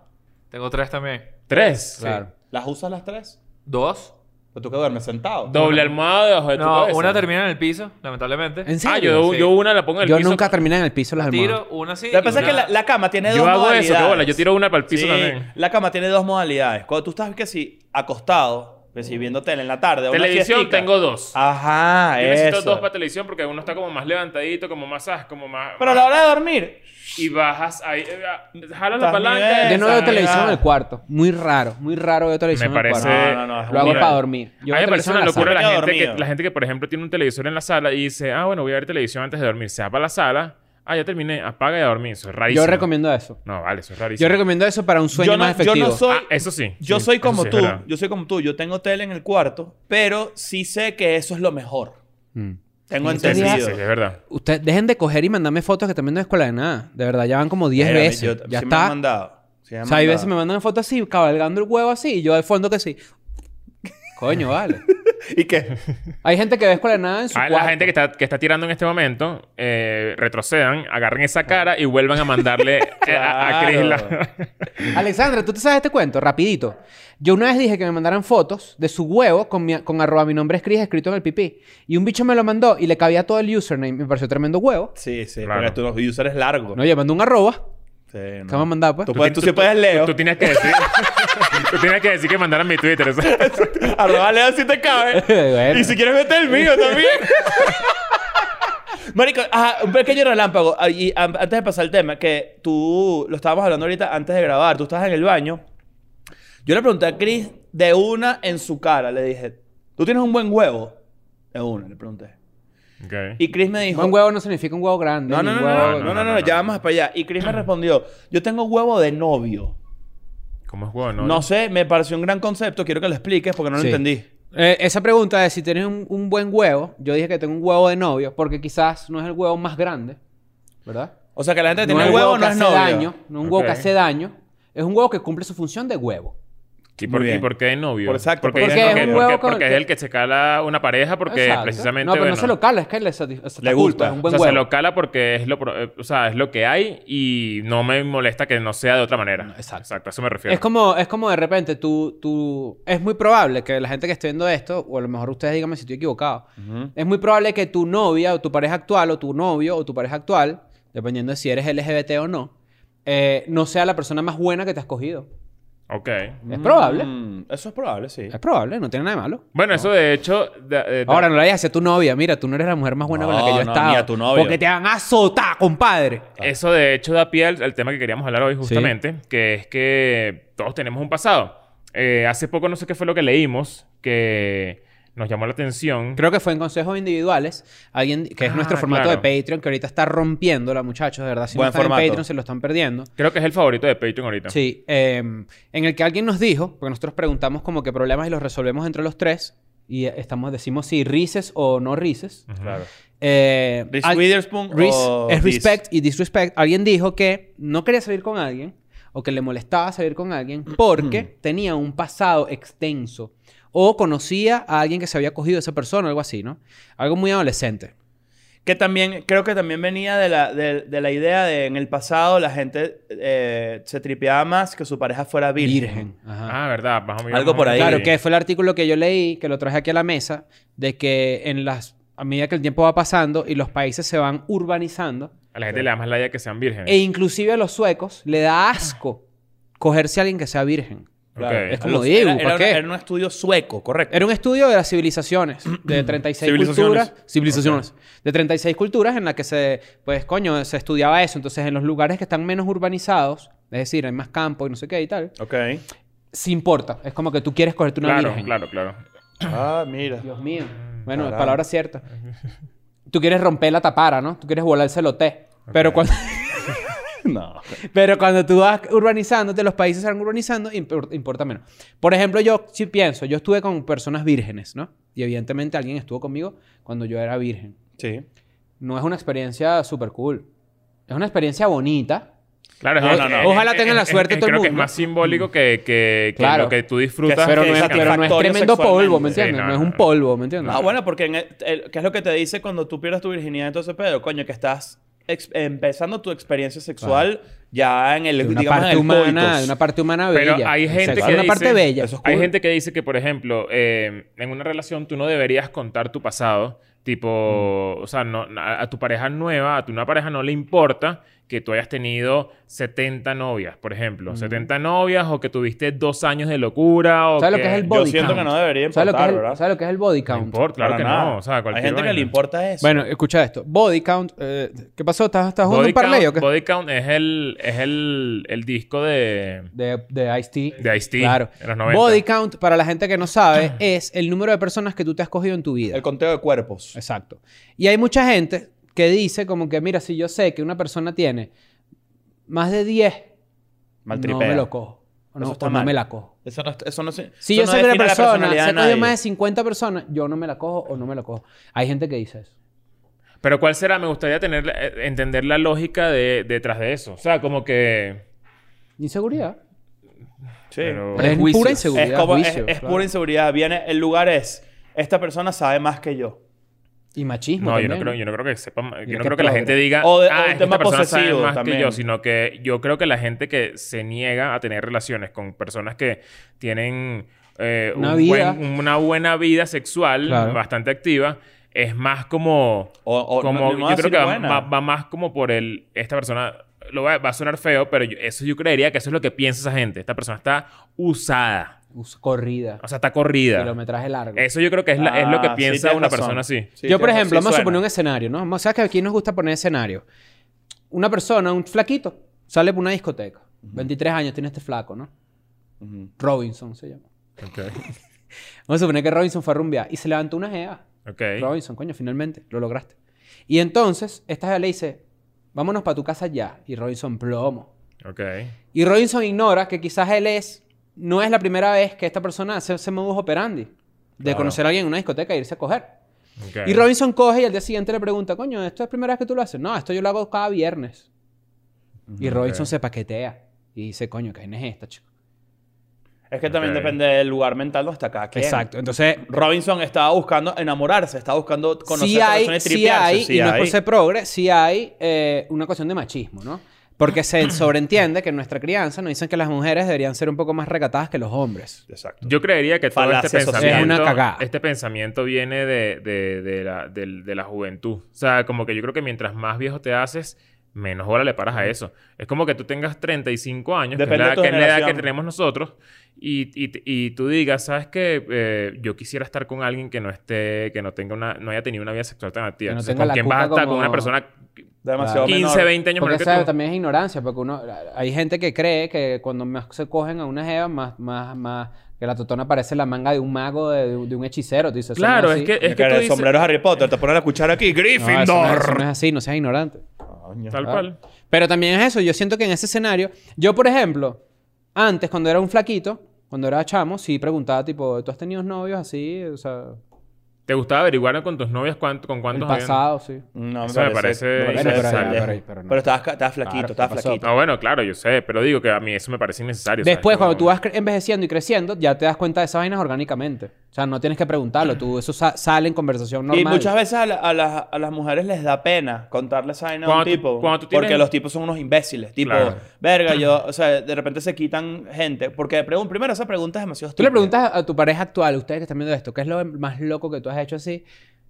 S5: Tengo tres también.
S2: Tres.
S3: Claro.
S4: ¿Las usas las tres?
S5: ¿Dos?
S4: ¿O tú que duermes sentado?
S2: Doble almohada debajo de tu
S5: No,
S2: cabeza.
S5: una termina en el piso, lamentablemente.
S3: ¿En
S2: Ah,
S3: serio?
S2: yo,
S5: Sí.
S2: yo una la pongo en el
S3: Yo
S2: piso.
S3: nunca terminé en el piso las almohadas.
S5: Tiro una así.
S4: Lo que pasa
S5: y
S4: es que
S5: una-
S4: la, la cama tiene
S2: Yo
S4: dos
S2: hago
S4: modalidades.
S2: eso, qué bola. Yo tiro una para el piso
S4: Sí,
S2: también.
S4: La cama tiene dos modalidades. Cuando tú estás que sí, acostado, que sí, viendo tele en la tarde. o una
S2: Televisión
S4: siestica.
S2: tengo dos.
S4: Ajá,
S2: Yo
S4: Ah, eso.
S2: necesito dos para televisión porque uno está como más levantadito, como más, ¿sabes? como más...
S4: Pero a la hora de dormir,
S2: Y bajas ahí, eh, ah, jalas
S4: Estás
S2: la palanca.
S4: nivel.
S3: Yo no veo
S4: Esa,
S3: televisión en
S4: mira.
S3: el cuarto. Muy raro, muy raro veo televisión
S2: Me
S3: en el
S2: parece...
S3: cuarto.
S4: No, no, no, es
S3: Lo hago
S4: Mira,
S3: para
S2: a
S3: dormir. Yo
S2: mí
S3: veo
S2: me parece
S3: televisión
S2: una
S3: en la
S2: locura
S3: sala.
S2: la
S4: Me quedo
S2: gente, que,
S4: dormido.
S2: la gente que, por ejemplo, tiene un televisor en la sala y dice, ah, bueno, voy a ver televisión antes de dormir. Se va para la sala, ah, ya terminé, apaga y a dormir. Eso es rarísimo.
S3: Yo recomiendo eso.
S2: No, vale, eso es rarísimo.
S3: Yo recomiendo eso para un sueño
S4: yo no,
S3: más efectivo.
S4: yo no soy.
S2: Ah, eso sí.
S4: Yo
S2: Sí,
S4: soy
S2: eso
S4: como
S2: sí es
S4: tú,
S2: verdad.
S4: yo soy como tú, yo tengo tele en el cuarto, pero sí sé que eso es lo mejor.
S3: Mm.
S4: Tengo
S2: Sí, sí, sí, sí,
S4: entendido.
S2: es verdad.
S3: Ustedes dejen de coger y mandarme fotos que también no es escuela de nada. De verdad, ya van como 10
S4: Espérame,
S3: veces.
S4: yo-
S3: ya
S4: sí Me han
S3: está.
S4: mandado. sí me han
S3: o sea, hay veces me
S4: mandado.
S3: mandan fotos así, cabalgando el huevo así, y yo de fondo que sí. Coño, vale.
S4: ¿Y
S3: *laughs*
S4: qué?
S3: Hay gente que ve escuela de nada en su
S2: A
S4: Ah,
S3: cuarto.
S2: Ah, la gente que está, que está tirando en este momento, eh, retrocedan, agarren esa cara y vuelvan a mandarle eh, a, a Chris la...
S3: Alexandra, ¿tú te sabes este cuento? Rapidito. Yo una vez dije que me mandaran fotos de su huevo con, mi, con arroba mi nombre es Chris escrito en el pipí. Y un bicho me lo mandó y le cabía todo el username. Me pareció tremendo huevo.
S4: Sí, sí.
S2: Claro.
S4: Porque tú, los users largos.
S3: No, yo mandé un arroba.
S4: Sí, no.
S3: ¿Qué me mandaba, pues?
S4: Tú, puedes, tú, sí puedes Leo.
S2: Tú tienes que decir... *laughs* tú tienes que decir que mandaran mi Twitter. ¿sabes?
S4: Arroba Leo si te *laughs* cabe.
S3: Bueno.
S4: Y si quieres vete el mío también. Marico, ah, un pequeño relámpago. Ah, y an- antes de pasar el tema, que tú lo estábamos hablando ahorita antes de grabar. Tú estabas en el baño. Yo le pregunté a Chris de una en su cara. Le dije, ¿tú tienes un buen huevo? De una, le pregunté.
S2: Ok.
S4: Y Chris me dijo...
S3: Un huevo no significa un huevo grande.
S4: No,
S3: ni
S4: no, no,
S3: un
S4: no,
S3: huevo-
S4: no, no, no, no, ya vamos para allá. Y Chris me respondió, yo tengo huevo de novio.
S2: ¿Cómo es huevo? No,
S4: No sé, me pareció un gran concepto. Quiero que lo expliques porque no
S3: Sí.
S4: lo entendí.
S3: Eh, esa pregunta de si tienes un, un buen huevo, yo dije que tengo un huevo de novio, porque quizás no es el huevo más grande, ¿verdad?
S4: O sea, que la gente que
S3: es
S4: tiene
S3: el
S4: huevo
S3: que
S4: no es
S3: hace
S4: novio.
S3: daño, no es un huevo que
S2: Ok.
S3: hace daño, es un huevo que cumple su función de huevo.
S2: ¿Y por,
S4: Muy
S2: qué,
S4: bien.
S2: por qué de novio?
S4: Por exacto,
S2: porque,
S3: porque
S2: es,
S3: es
S2: porque-
S3: un
S2: porque-
S3: huevo con-
S2: porque es el que se cala una pareja porque
S3: Exacto.
S2: precisamente...
S3: No, pero
S2: bueno,
S3: no se lo cala, es que le, satis- satisface,
S4: gusta.
S3: Es un
S2: O
S3: buen
S2: sea, se
S3: huevo.
S2: lo cala porque es lo, pro- eh, o sea, es lo que hay y no me molesta que no sea de otra manera.
S3: exacto.
S2: Exacto, a eso me refiero.
S3: Es como, es como de repente tú, tú... Es muy probable que la gente que esté viendo esto, o a lo mejor ustedes díganme si estoy equivocado, es muy probable que tu novia o tu pareja actual o tu novio o tu pareja actual, dependiendo de si eres LGBT o no, eh, no sea la persona más buena que te has cogido.
S2: Ok.
S3: Es probable.
S4: Mm, eso es probable, sí.
S3: Es probable, no tiene nada de malo.
S2: Bueno, eso de hecho... de- eh, de-
S3: Ahora no le digas a tu novia, mira, tú no eres la mujer más buena con la que
S4: No,
S3: yo he
S4: no,
S3: estado.
S4: ni a tu novio.
S3: Porque te van a azotar, compadre.
S2: Eso de hecho da pie al, al tema que queríamos hablar hoy justamente, que es que todos tenemos un pasado. Eh, hace poco no sé qué fue lo que leímos que nos llamó la atención.
S3: Creo que fue en consejos individuales, alguien que es
S2: Ah,
S3: nuestro formato
S2: claro.
S3: de Patreon, que ahorita está rompiéndola, muchachos, de verdad. Si
S4: Buen
S3: no están
S4: formato.
S3: en Patreon se lo están perdiendo.
S2: Creo que es el favorito de Patreon ahorita.
S3: Sí, eh, en el que alguien nos dijo, porque nosotros preguntamos como que problemas y los resolvemos entre los tres, y eh, estamos decimos si rises o no rises.
S2: Claro.
S3: Eh,
S4: Reese
S3: al-
S4: Witherspoon
S3: Res-
S4: o
S3: es
S4: Reese?
S3: respect y disrespect. Alguien dijo que no quería salir con alguien o que le molestaba salir
S4: *clears throat*
S3: con alguien porque tenía un pasado extenso o conocía a alguien que se había cogido a esa persona, algo así, ¿no? Algo muy adolescente.
S4: Que también, creo que también venía de la, de, de la idea de en el pasado la gente eh, se tripeaba más que su pareja fuera virgen.
S3: Virgen. Ajá.
S2: Ah, verdad. Más o menos-
S4: Algo
S2: más o
S4: por ahí.
S2: menos
S3: Claro, que fue el artículo que yo leí, que lo traje aquí a la mesa, de que en las a medida que el tiempo va pasando y los países se van urbanizando,
S2: A la gente le da más la idea que sean vírgenes.
S3: e inclusive a los suecos le da asco cogerse a alguien que sea virgen.
S4: Claro.
S2: Ok.
S3: Es como
S4: Los-
S3: digo,
S4: era,
S3: ¿para
S4: era-
S3: qué?
S4: era un estudio sueco, correcto.
S3: Era un estudio de las civilizaciones,
S2: *clears throat*
S3: de 36
S4: Civilizaciones.
S3: culturas. Civilizaciones. De 36 culturas en las que se, pues coño, se estudiaba eso. Entonces, en los lugares que están menos urbanizados, es decir, hay más campo y no sé qué y tal,
S4: Ok.
S3: sí importa. Es como que tú quieres cogerte una
S2: Claro,
S3: virgen.
S2: claro, claro.
S4: ah, *laughs* mira.
S3: Dios mío. Bueno,
S4: Caramba.
S3: palabra cierta. Tú quieres romper la tapara, ¿no? Tú quieres volar el celote. Pero cuando...
S4: No.
S3: Pero cuando tú vas urbanizándote, los países se van urbanizando, impor- importa menos. Por ejemplo, yo sí pienso, yo estuve con personas vírgenes, ¿no? Y evidentemente alguien estuvo conmigo cuando yo era virgen.
S4: Sí.
S3: No es una experiencia súper cool. Es una experiencia bonita.
S2: Claro,
S3: No, no, no. Ojalá tengan la
S2: *laughs*
S3: suerte todo el
S2: Creo que es
S3: mundo.
S2: más simbólico que, que, que
S3: Claro.
S2: lo que tú disfrutas.
S4: Que
S3: Pero no es,
S4: satisfactorio
S3: pero no es tremendo
S4: sexualmente.
S3: polvo, ¿me
S2: Sí,
S3: entiendes?
S2: no,
S3: no, es
S2: no,
S3: un
S2: no.
S3: polvo, ¿me entiendes?
S4: Ah, bueno, porque en el- el- ¿qué es lo que te dice cuando tú pierdes tu virginidad entonces, Pedro? Coño, que estás ex- empezando tu experiencia sexual ya en el,
S3: De una
S4: digamos, en
S3: parte
S4: el
S3: humana,
S4: coitus.
S3: de una parte humana bella.
S2: Pero hay gente
S3: Sexual,
S2: que
S3: una
S2: dice,
S3: parte bella.
S4: Eso es
S2: Hay
S4: cool.
S2: gente que dice que, por ejemplo, eh, en una relación tú no deberías contar tu pasado.
S3: Mm.
S2: Tipo, o sea, no, a, a tu pareja nueva, a tu nueva pareja no le importa que tú hayas tenido 70 novias, por ejemplo.
S3: Mm.
S2: 70 novias o que tuviste dos años de locura o
S3: ¿Sabes lo que es el
S4: Yo
S3: body
S4: siento
S3: count?
S4: que no debería
S3: ¿Sabes lo que
S4: importar,
S3: es el-
S4: ¿verdad?
S3: ¿Sabes lo que es el body
S2: No
S3: count?
S2: importa, claro
S4: Para
S2: que
S4: nada.
S2: no. O sea,
S4: Hay
S2: cualquier
S4: gente que le
S2: vaina.
S4: importa eso.
S3: Bueno, escucha esto. Body count. eh, ¿Qué pasó? ¿Estás, estás jugando
S2: Body
S3: un parlay o
S2: Count-
S3: qué?
S2: Body Count es el, es el, el disco de...
S3: De, de Ice-T.
S2: De Ice-T,
S3: Claro.
S2: en los Ah. 90.
S3: Body count, para la gente que no sabe, es el número de personas que tú te has cogido en tu vida.
S4: el conteo de cuerpos.
S3: Exacto. Y hay mucha gente que dice como que, mira, si yo sé que una persona tiene más de 10, no
S4: Maltripea.
S3: me lo cojo. O No,
S4: Eso está
S3: o no
S4: mal.
S3: me la cojo.
S4: Eso no, eso no se-
S3: Si
S4: eso
S3: yo
S4: no
S3: sé que
S4: define
S3: una
S4: la
S3: persona
S4: personalidad
S3: se
S4: de
S3: ha cogido
S4: nadie.
S3: más de 50 personas, yo no me la cojo o no me la cojo. Hay gente que dice eso.
S2: Pero ¿cuál será? Me gustaría tener, eh, entender la lógica de, detrás de eso. O sea, como que...
S3: Inseguridad.
S4: Sí.
S2: Pero-
S3: Es
S5: Prejuicios.
S3: pura
S4: Es,
S3: inseguridad.
S4: como- es-
S3: juicio,
S4: es
S3: claro.
S4: pura inseguridad. Viene, el lugar es, esta persona sabe más que yo.
S3: Y machismo.
S2: No, yo no,
S3: también.
S2: creo, yo no creo que sepa... ma- Yo
S3: Mira
S2: no
S3: qué
S2: creo que la
S3: progre.
S2: gente diga...
S4: O de- o
S2: ah,
S4: un
S2: es que esta
S4: tema
S2: persona sabe
S4: posesivo
S2: más
S4: también.
S2: que yo. Sino que yo creo que la gente que se niega a tener relaciones con personas que tienen... eh,
S3: Una
S2: un
S3: vida.
S2: buen- una buena vida sexual
S3: Claro.
S2: bastante activa es más como...
S4: O, o no-
S2: como
S4: no va
S2: yo creo
S4: a ser
S2: que va,
S4: buena.
S2: va- va más como por el esta persona lo va, va a sonar feo pero yo- eso yo creería que eso es lo que piensa esa gente esta persona está usada
S3: Us- Corrida.
S2: o sea está corrida
S3: Kilometraje largo.
S2: eso yo creo que es, la- es lo que
S4: Ah, sí,
S2: piensa
S4: tienes
S2: una
S4: razón.
S2: persona así
S4: Sí,
S3: Yo, por
S4: tienes-
S3: ejemplo,
S4: sí
S3: vamos a
S4: suena.
S3: suponer un escenario, ¿no? O sea, que aquí nos gusta poner escenario. Una persona, un flaquito, sale por una discoteca. 23 años tiene este flaco, ¿no?
S4: Ujú.
S3: Robinson se llama.
S2: ok
S3: Vamos a suponer que Robinson fue a rumbear y se levantó una GA.
S2: ok
S3: Robinson, coño, finalmente, lo lograste. Y entonces, esta GA le dice, vámonos para tu casa ya. Y Robinson, plomo.
S2: ok
S3: Y Robinson ignora que quizás él es, no es la primera vez que esta persona hace ese modus operandi de
S2: Claro.
S3: conocer a alguien en una discoteca e irse a coger.
S2: ok.
S3: Y Robinson coge y al día siguiente le pregunta, coño, ¿esto es la primera vez que tú lo haces? No, esto yo lo hago cada viernes. Y Robinson
S2: ok.
S3: se paquetea y dice, coño, ¿qué vaina es esta, chico?
S4: Es que también
S2: Ok.
S4: depende del lugar mental hasta acá.
S3: Exacto. Entonces,
S4: Robinson estaba buscando enamorarse, estaba buscando conocer
S3: sí
S4: a
S3: hay,
S4: personas y
S3: sí
S4: tripearse.
S3: hay,
S4: Sí
S3: y no es por
S4: hay.
S3: ser progre, sí hay eh, una cuestión de machismo, ¿no?
S2: *clears throat*
S3: Porque se sobreentiende que en nuestra crianza nos dicen que las mujeres deberían ser un poco más recatadas que los hombres.
S4: Exacto.
S2: yo creería que todo este
S4: Falacia social.
S2: pensamiento,
S3: Es una cagada.
S2: este pensamiento viene de, de- de la, del- de la juventud. O sea, como que yo creo que mientras más viejo te haces, menos bola le paras a eso. Es como que tú tengas 35 años, que es,
S4: Depende
S2: la,
S4: de tu
S2: que es la edad que
S4: generación.
S2: tenemos nosotros, y, y, y tú digas, ¿sabes qué? Eh, yo quisiera estar con alguien que no esté, que no tenga una, no haya tenido una vida sexual tan activa.
S3: Que no
S2: Entonces,
S3: tenga
S2: ¿con
S3: la
S2: quién vas a
S3: cuca
S2: estar?
S3: como-
S2: Con una persona
S4: Demasiado
S2: 15,
S4: menor.
S2: 20 años menor
S3: Porque
S2: que
S3: esa
S2: tú.
S3: también es ignorancia, porque uno, hay gente que cree que cuando más se cogen a una jeva, más, más, más, que la totona parece la manga de un mago, de, de un hechicero. Tú dices, "Eso no
S2: Claro,
S3: así".
S2: es que, es
S4: Es
S2: que
S4: que
S2: tú
S4: el
S2: dices-
S4: sombrero es Harry Potter, te pones la cuchara aquí,
S3: No, Ah, eso no, es- eso
S4: Gryffindor.
S3: no es así, no seas ignorante.
S4: Coño.
S2: Tal
S3: Ah.
S2: cual.
S3: Pero también es eso, yo siento que en ese escenario, yo por ejemplo, antes cuando era un flaquito, cuando era chamo, sí preguntaba tipo, ¿tú has tenido novios así? O sea,
S2: ¿Te gustaba averiguar con tus novias cuánto, con
S3: el
S2: cuántos habían?
S3: pasado, sí.
S4: No,
S2: Eso me parece
S4: me
S3: Bueno, pero-
S2: innecesario.
S4: desagradable.
S3: pero- pero no.
S4: Pero estabas ca- estabas
S3: Claro,
S4: flaquito,
S3: ¿qué
S4: estabas
S3: pasó?
S4: flaquito.
S2: No, Ah, bueno, claro, yo sé, pero digo que a mí eso me parece innecesario. ¿sabes?
S3: Después,
S2: Como-
S3: cuando tú vas cre- envejeciendo y creciendo, ya te das cuenta de esas vainas orgánicamente. O sea, no tienes que preguntarlo, tú, eso sa- sale en conversación normal.
S4: Y muchas veces a, la- a las, a las mujeres les da pena contarle esa vaina a un
S2: Cuando tú-
S4: tipo.
S2: cuando tú tienes-
S4: Porque los tipos son unos imbéciles. Tipo,
S2: Claro.
S4: verga, yo... O sea, de repente se quitan gente. Porque pregun- primero esa pregunta es demasiado
S3: Tú le
S4: estúpida.
S3: preguntas a tu pareja actual, ustedes que están viendo esto, ¿qué es lo más loco que tú has hecho así?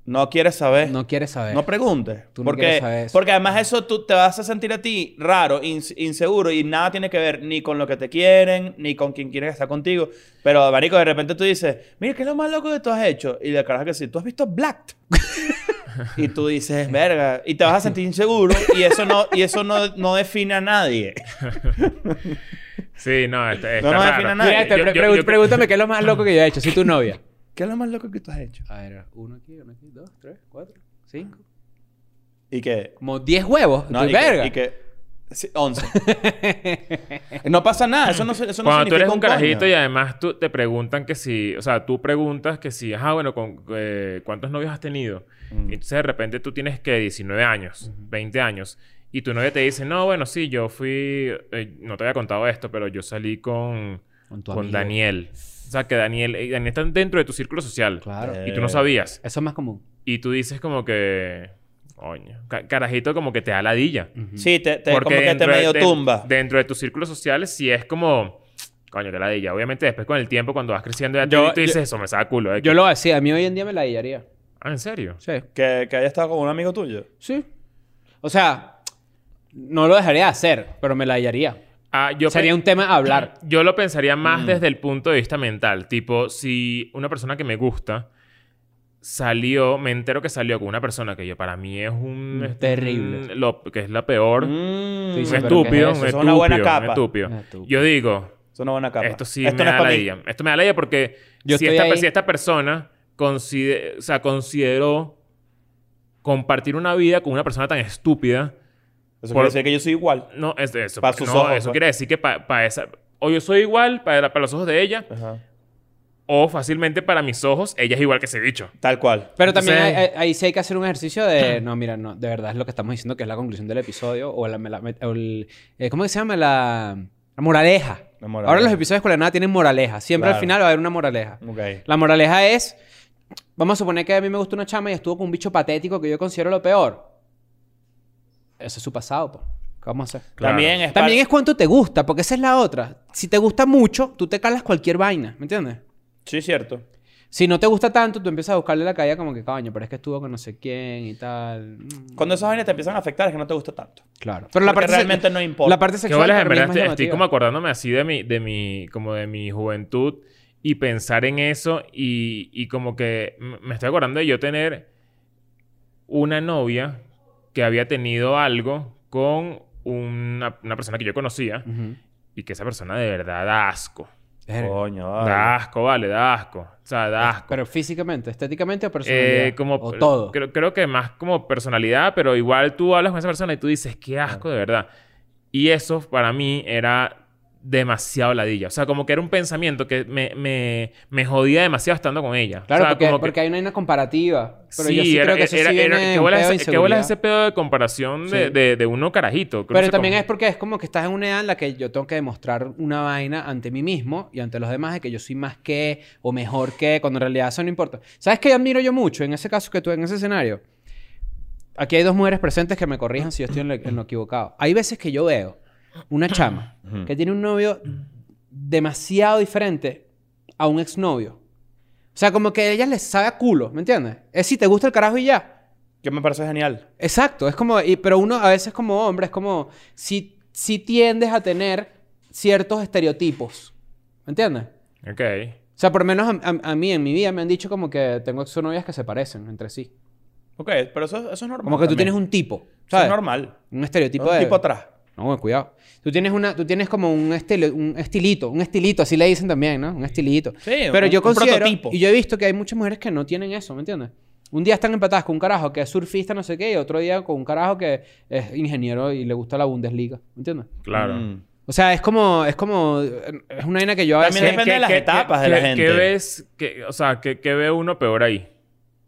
S4: No quieres saber.
S3: No quieres saber.
S4: No preguntes.
S3: Tú no
S4: porque,
S3: quieres saber eso.
S4: porque además eso tú te vas a sentir a ti raro, ins- inseguro y nada tiene que ver ni con lo que te quieren, ni con quien quieren estar contigo. Pero, marico, de repente tú dices, mira, ¿qué es lo más loco que tú has hecho? Y la caraja que sí, tú has visto Black.
S3: *laughs*
S4: y tú dices, verga. Y te vas a sentir inseguro y eso no, y eso no, no define a nadie.
S2: Sí, no, está,
S4: No
S2: está
S4: nos
S2: raro.
S4: defina nada.
S3: Mira, te
S2: Yo-
S3: pre-
S2: yo-
S3: pregun-
S2: yo-
S3: Pregúntame qué es lo más loco que yo he hecho, si tu novia.
S4: ¿Qué es lo más loco que tú has hecho?
S3: A ver, uno aquí, uno aquí, dos, tres, cuatro, cinco.
S4: Y que...
S3: Como diez huevos.
S4: Ah. No,
S3: tú,
S4: y
S3: verga.
S4: Que, y que, sí,
S3: *laughs*
S4: 11. no pasa nada. Eso no, se- eso no
S2: Cuando tú
S4: significa
S2: eres un
S4: coño.
S2: carajito y además tú te preguntan que si, o sea, tú preguntas que si, ah, bueno, con, eh, ¿cuántos novios has tenido?
S4: Mm.
S2: Y entonces de repente tú tienes que 19 años, 20 años, y tu novia te dice, no, bueno, sí, yo fui, eh, no te había contado esto, pero yo salí con,
S3: Con tu
S2: con
S3: amigo.
S2: Daniel. O sea, que Daniel, eh, Daniel está dentro de tu círculo social.
S3: Claro.
S4: eh.
S2: Y tú no sabías.
S3: Eso es más común.
S2: Y tú dices como que, coño, ca- carajito como que te da ladilla.
S4: Sí, te, te- como que te
S2: dentro de-
S4: medio
S2: de-
S4: tumba.
S2: Dentro de tus círculos sociales, si es como. Coño, que ladilla. Obviamente, después con el tiempo, cuando vas creciendo, ya
S3: Yo-
S2: tú, tú dices, eso me saca culo. eh,
S3: Yo
S2: que-
S3: lo hacía. A mí hoy en día me la dillaría.
S2: Ah, ¿en serio?
S3: Sí.
S4: Que, que haya estado con un amigo tuyo.
S3: Sí. O sea, no lo dejaría de hacer, pero me la dillaría.
S2: Ah, yo, pe-
S3: Sería un tema a hablar.
S2: *clears throat*
S4: *clears throat*
S3: Mm.
S2: yo lo pensaría más desde el punto de vista mental. Tipo, si una persona que me gusta salió, me entero que salió con una persona que yo, para mí es un. es un-
S3: Mm, Terrible.
S2: lo- que es la peor.
S4: Mm.
S3: Sí,
S2: Un
S3: sí, pero ¿qué
S2: estúpido,
S3: es eso?
S2: un
S4: Es una buena
S2: estúpido, un
S4: capa.
S2: estúpido.
S3: Un estúpido.
S2: Yo digo,
S4: Es una buena capa.
S2: Esto sí
S4: Esto
S2: me
S4: no es
S2: da
S4: para mí.
S2: ladilla. Esto me da ladilla porque
S3: Yo
S2: si,
S3: estoy
S2: esta,
S3: ahí.
S2: si esta persona conside- o sea, consideró compartir una vida con una persona tan estúpida,
S4: Eso
S2: Por-
S4: quiere decir que yo soy igual.
S2: no, es, eso,
S4: Pa' sus
S2: no,
S4: ojos,
S2: eso
S4: pues.
S2: quiere decir que para esa... O yo soy igual para, para los ojos de ella,
S4: Ajá.
S2: o fácilmente para mis ojos, ella es igual que ese bicho.
S4: Tal cual.
S3: Pero también
S2: Entonces-
S3: hay- hay- ahí sí hay que hacer un ejercicio
S4: *clears throat*
S3: de, no, mira, no, de verdad es lo que estamos diciendo que es la conclusión del episodio o la, la- o el- eh, ¿cómo que se llama? La, la moraleja.
S4: La moraleja.
S3: Ahora los episodios con la nada tienen moraleja. Siempre al
S4: Claro.
S3: final va a haber una moraleja.
S4: Ok.
S3: La moraleja es, vamos a suponer que a mí me gusta una chama y estuvo con un bicho patético que yo considero lo peor. Ese es su pasado, po. ¿Qué vamos a hacer?
S2: Claro.
S4: También es
S3: También es
S4: par-
S3: cuánto te gusta, porque esa es la otra. Si te gusta mucho, tú te calas cualquier vaina, ¿me entiendes?
S4: Sí, cierto.
S3: Si no te gusta tanto, tú empiezas a buscarle la caída como que, cabaño, pero es que estuvo con no sé quién y tal. Mm,
S4: Cuando esas vainas te empiezan a afectar es que no te gusta tanto.
S3: Claro. Pero la
S4: Porque
S3: parte se-
S4: realmente no importa.
S3: La parte
S2: Que
S3: sexual
S2: bolas, en
S3: para mí es
S2: verdad
S3: más
S2: estoy, estoy
S3: llamativa.
S2: como acordándome así de mi, de mi, como de mi juventud y pensar en eso y, y como que m- me estoy acordando de yo tener una novia que había tenido algo con una, una persona que yo conocía
S3: Ujú.
S2: y que esa persona de verdad da asco.
S3: Verga.
S4: Coño,
S2: Da
S4: vale.
S2: asco, vale, da asco. O sea, da asco.
S3: Pero físicamente, estéticamente o personalidad.
S2: Eh, como,
S3: o todo.
S2: Creo, creo que más como personalidad, pero igual tú hablas con esa persona y tú dices, qué
S3: Ah.
S2: asco de verdad. Y eso para mí era demasiado ladilla. O sea, como que era un pensamiento que me, me, me jodía demasiado estando con ella.
S3: Claro,
S2: o sea,
S3: porque,
S2: como que-
S3: porque hay una, una comparativa. Pero yo
S2: sí,
S3: sí
S2: era,
S3: creo que eso
S2: era-
S3: sí
S2: era-
S3: viene
S2: ¿qué
S3: un
S2: bolas
S3: pedo de
S2: ese- qué bolas
S3: inseguridad.
S2: ese pedo de comparación de,
S3: Sí.
S2: de, de uno carajito. que uno
S3: Pero
S2: se
S3: también
S2: come-
S3: es porque es como que estás en una edad en la que yo tengo que demostrar una vaina ante mí mismo y ante los demás de que yo soy más que o mejor que, cuando en realidad eso no importa. ¿Sabes qué admiro yo mucho en ese caso que tú, en ese escenario? Aquí hay dos mujeres presentes que me corrijan si yo estoy en lo, en lo equivocado. Hay veces que yo veo una chama que tiene un novio demasiado diferente a un exnovio. O sea, como que a ellas les sabe a culo, ¿me entiendes? Es si te gusta el carajo y ya.
S4: Que me parece genial.
S3: Exacto, es como, y- pero uno a veces como hombre es como, si, si tiendes a tener ciertos estereotipos, ¿me entiendes?
S2: Ok.
S3: O sea, por lo menos a, a- a mí en mi vida me han dicho como que tengo exnovias que se parecen entre sí.
S4: Ok, pero eso, eso es normal.
S3: Como que tú
S4: también.
S3: tienes un tipo,
S4: Eso es
S3: ¿sabes?
S4: normal.
S3: Un
S4: Tipo,
S3: estereotipo de...
S4: tipo atrás.
S3: No, bueno, cuidado. Tú tienes una, tú tienes como un estilo, un estilito, un estilito, así le dicen también, ¿no? Un estilito.
S4: Sí,
S3: Pero
S4: un-
S3: yo
S4: un
S3: considero
S4: prototipo.
S3: y yo he visto que hay muchas mujeres que no tienen eso, ¿me entiendes? Un día están empatadas con un carajo que es surfista, no sé qué, y otro día con un carajo que es ingeniero y le gusta la Bundesliga, ¿me entiendes?
S2: Claro.
S4: Mm.
S3: O sea, es como, es como, es una vaina que yo a
S4: También
S3: veces-
S4: depende de las etapas de la
S2: qué-
S4: gente.
S2: ¿Qué ves? Qué- o sea, ¿qué, qué ve uno peor ahí?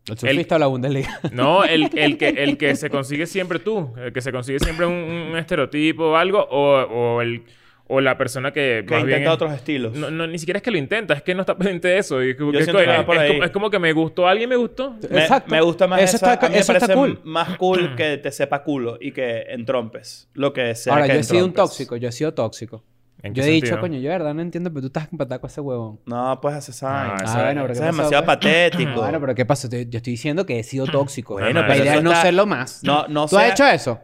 S3: el surfista o la
S4: *laughs*
S3: Bundesliga.
S2: No, el, el que, el que se consigue siempre tú, el que se consigue siempre un, un estereotipo o algo, o, o el, o la persona que,
S4: Que
S2: más bien
S4: intenta
S2: es-
S4: otros estilos.
S2: No, no, ni siquiera es que lo intenta, es que no está pendiente de eso. y es, como que
S4: Yo
S2: es
S4: siento
S2: co-
S4: que va
S2: es-
S4: por
S2: es
S4: ahí.
S2: como, es como que me gustó alguien, me gustó.
S4: me,
S3: Exacto.
S4: me gusta más eso.
S3: Eso está-
S4: a mí me
S3: eso está
S4: parece
S3: cool.
S2: *clears throat*
S4: más cool que te sepa culo y que entrompes. Lo que sea
S3: Ahora,
S4: que
S3: yo he sido un
S4: entrompes.
S3: tóxico, yo he sido tóxico.
S2: ¿En
S3: Yo he
S2: qué
S3: dicho,
S2: sentido?
S3: coño, yo de verdad no entiendo, pero tú estás empatado con ese huevón.
S4: No, pues haces
S2: Ah, eso
S4: esa
S3: Ah,
S2: es-
S3: bueno, pero
S4: Eso
S3: ¿qué
S4: es
S3: pasó,
S4: demasiado
S3: pues?
S4: patético.
S3: Bueno, pero ¿qué pasa? Te- Yo estoy diciendo que he sido tóxico.
S2: Bueno,
S3: la
S2: pero
S3: idea
S4: Ah. eso
S3: es no
S4: está-
S3: serlo más.
S4: No, no
S3: ¿Tú has
S4: sea-
S3: hecho eso?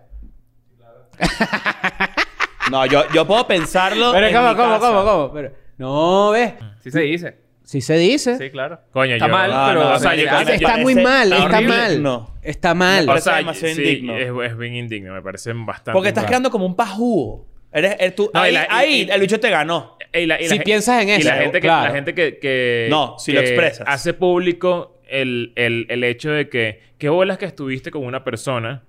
S4: No, yo, yo puedo pensarlo.
S3: Pero
S4: en
S3: ¿cómo,
S4: mi
S3: cómo,
S4: casa.
S3: cómo, cómo? Pero- no, ves.
S5: Sí se dice.
S3: Si se dice.
S5: Sí, claro.
S2: Coño,
S5: Está
S2: yo-
S5: mal,
S4: No,
S5: pero...
S4: no,
S2: o sea,
S4: me-
S2: yo-
S4: me-
S2: o sea,
S4: me-
S3: está
S4: parece
S3: muy mal,
S4: horrible.
S3: está mal.
S4: No.
S3: Está mal.
S4: Me parece
S2: sí,
S4: demasiado indigno.
S2: es, es bien indigno, me parece bastante.
S4: Porque estás
S2: indigno.
S4: quedando como un pajú. Eres, eres tú,
S2: No, y
S4: ahí,
S2: la- y-
S4: ahí
S2: y-
S4: el bicho te ganó.
S2: Y la- y la
S3: Si
S2: gen-
S3: piensas en
S2: y
S3: eso,
S2: la gente que,
S3: claro.
S2: la gente que, que-
S4: No, si
S2: que
S4: lo expresas.
S2: Hace público el, el, el hecho de que, qué bolas que estuviste con una persona,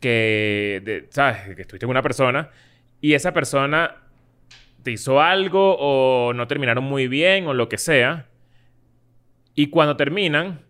S2: que, de- ¿sabes? Que estuviste con una persona y esa persona te hizo algo o no terminaron muy bien o lo que sea. Y cuando terminan,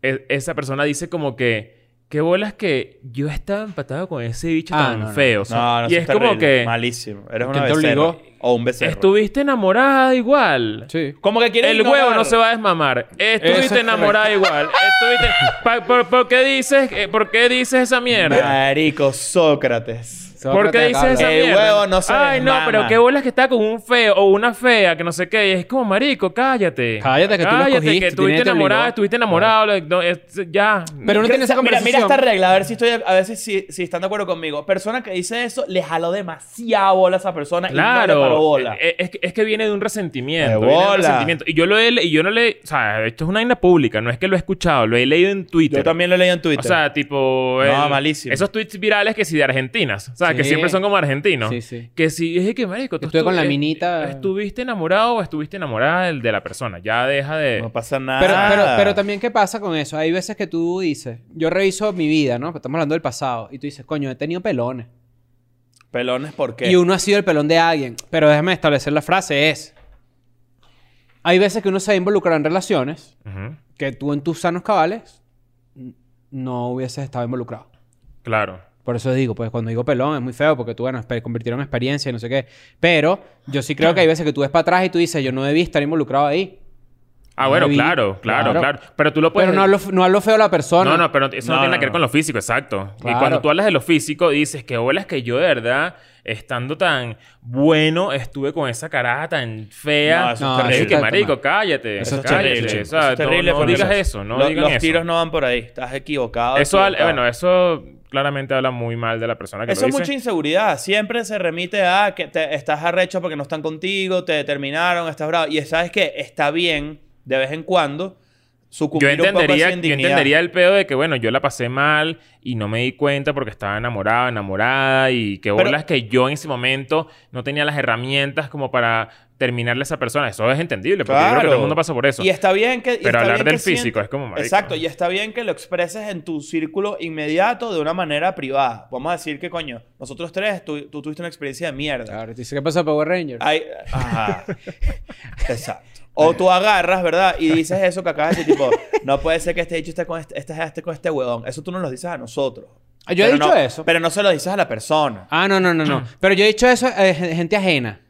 S2: e- esa persona dice como que, qué bolas que yo estaba empatado con ese bicho
S3: Ah,
S2: tan
S3: no, no.
S2: feo. O sea,
S4: No, no,
S2: y
S4: eso
S2: es como
S4: terrible.
S2: que...
S4: Malísimo. Eres
S3: ¿Quién
S4: una
S3: te
S4: becerra.
S3: obligó?
S4: O un becerro.
S2: Estuviste enamorada igual.
S3: Sí.
S4: Como que quieres
S2: El
S4: ignorar.
S2: huevo no se va a desmamar.
S3: Eso
S2: Estuviste
S3: es
S2: enamorada igual. Estuviste... Pa- por, por qué dices, eh, ¿Por qué dices esa mierda?
S4: Marico, Sócrates.
S2: ¿Por qué dices esa
S4: El
S2: mierda?
S4: huevo no se
S2: Ay, no,
S4: desmama.
S2: pero qué bolas que está con un feo o una fea que no sé qué. Y es como, marico, cállate.
S3: Cállate, que tú lo escogiste,
S2: que
S3: tú tienes
S2: estuviste
S3: que
S2: enamorada,
S3: obligó.
S2: estuviste
S4: Ah.
S2: enamorado. lo- no, es- ya.
S3: Pero uno tiene esa
S4: mira,
S3: conversación.
S4: mira esta regla, a ver si estoy a ver si, si, si están de acuerdo conmigo. Persona que dice eso, le jaló demasiado bola a esa persona y no le paró
S2: Claro,
S4: bola.
S2: eh, Es, que- es que viene de un resentimiento.
S4: De
S2: viene de un
S4: bola.
S2: resentimiento. Y yo lo he le- y yo no le, o sea, esto es una vaina pública, no es que lo he escuchado, lo he leído en Twitter.
S4: Yo también lo leí en Twitter.
S2: O sea, tipo.
S4: No, malísimo.
S2: Esos tweets virales que si de argentinas. O sea, que
S3: Sí.
S2: siempre son como argentinos.
S3: Sí, sí.
S2: Que si es que, marico, tú
S3: Estuve con la
S2: eh,
S3: minita.
S2: ¿Estuviste enamorado o estuviste enamorada del de la persona? Ya deja de.
S4: no pasa nada.
S3: Pero, pero, pero también, ¿qué pasa con eso? Hay veces que tú dices, yo reviso mi vida, ¿no? Estamos hablando del pasado. Y tú dices, coño, he tenido pelones.
S4: Pelones, ¿por qué?
S3: Y uno ha sido el pelón de alguien. Pero déjame establecer la frase, es... hay veces que uno se ha involucrado en relaciones
S2: Ujú.
S3: que tú en tus sanos cabales n- no hubieses estado involucrado.
S2: Claro.
S3: Por eso digo, pues cuando digo pelón es muy feo porque tú, bueno, espe- convirtieron en experiencia y no sé qué. Pero yo sí creo que hay veces que tú ves para atrás y tú dices, yo no debí estar involucrado ahí.
S2: Ah, bueno,
S3: Debí-
S2: claro, claro, claro, Pero tú lo puedes...
S3: Pero no hablo, f- no hablo feo a la persona.
S2: Pues, No, no, pero eso no, tiene
S4: No, no,
S2: nada que ver
S4: no.
S2: con lo físico, exacto. Y
S3: Claro.
S2: cuando tú hablas de lo físico, dices que bolas que yo de verdad, estando tan bueno, estuve con esa caraja tan fea.
S4: No, eso
S3: es
S2: Ey,
S3: terrible.
S2: que
S3: Está
S2: marico,
S3: mal.
S2: cállate.
S3: Eso es
S2: cállate.
S3: terrible.
S2: O sea,
S4: Eso es terrible
S2: no, no
S4: porque
S2: digas
S4: los-
S2: eso, no
S4: lo-
S2: digan
S4: los
S2: eso.
S4: tiros no van por ahí. Estás equivocado.
S2: Eso, al-
S4: equivocado.
S2: bueno, eso claramente habla muy mal de la persona que
S4: Eso
S2: lo
S4: es
S2: dice.
S4: mucha inseguridad. Siempre se remite a que te, estás arrecho porque no están contigo, te terminaron, estás bravo. Y sabes que está bien, de vez en cuando,
S2: yo
S4: sucumbir un poco a
S2: entendería,
S4: esa
S2: yo
S4: indignidad.
S2: entendería el pedo de que, bueno, yo la pasé mal y no me di cuenta porque estaba enamorada, enamorada y que
S4: Pero-
S2: bolas que yo en ese momento no tenía las herramientas como para terminarle a esa persona. Eso es entendible porque yo creo que todo el mundo pasa por eso.
S4: Y está bien que. y
S2: Pero
S4: está
S2: hablar
S4: bien
S2: del
S4: que sienta-
S2: físico es como, marico.
S4: Exacto, y está bien que lo expreses en tu círculo inmediato de una manera privada. Vamos a decir que, coño, nosotros tres, tú, tú tuviste una experiencia de mierda.
S3: Claro, dice, ¿qué pasa, Power Ranger?
S4: Ay,
S3: *laughs*
S4: ajá. Exacto. O tú agarras, ¿verdad? Y dices eso que acabas de decir, tipo, no puede ser que este dicho esté con este, este, este con este huevón. Eso tú no lo dices a nosotros.
S3: Ah, yo he
S4: Pero
S3: dicho
S4: no-
S3: eso.
S4: Pero no se lo dices a la persona.
S3: Ah, no, no,
S2: *clears throat*
S3: no, no. pero yo he dicho eso a gente ajena.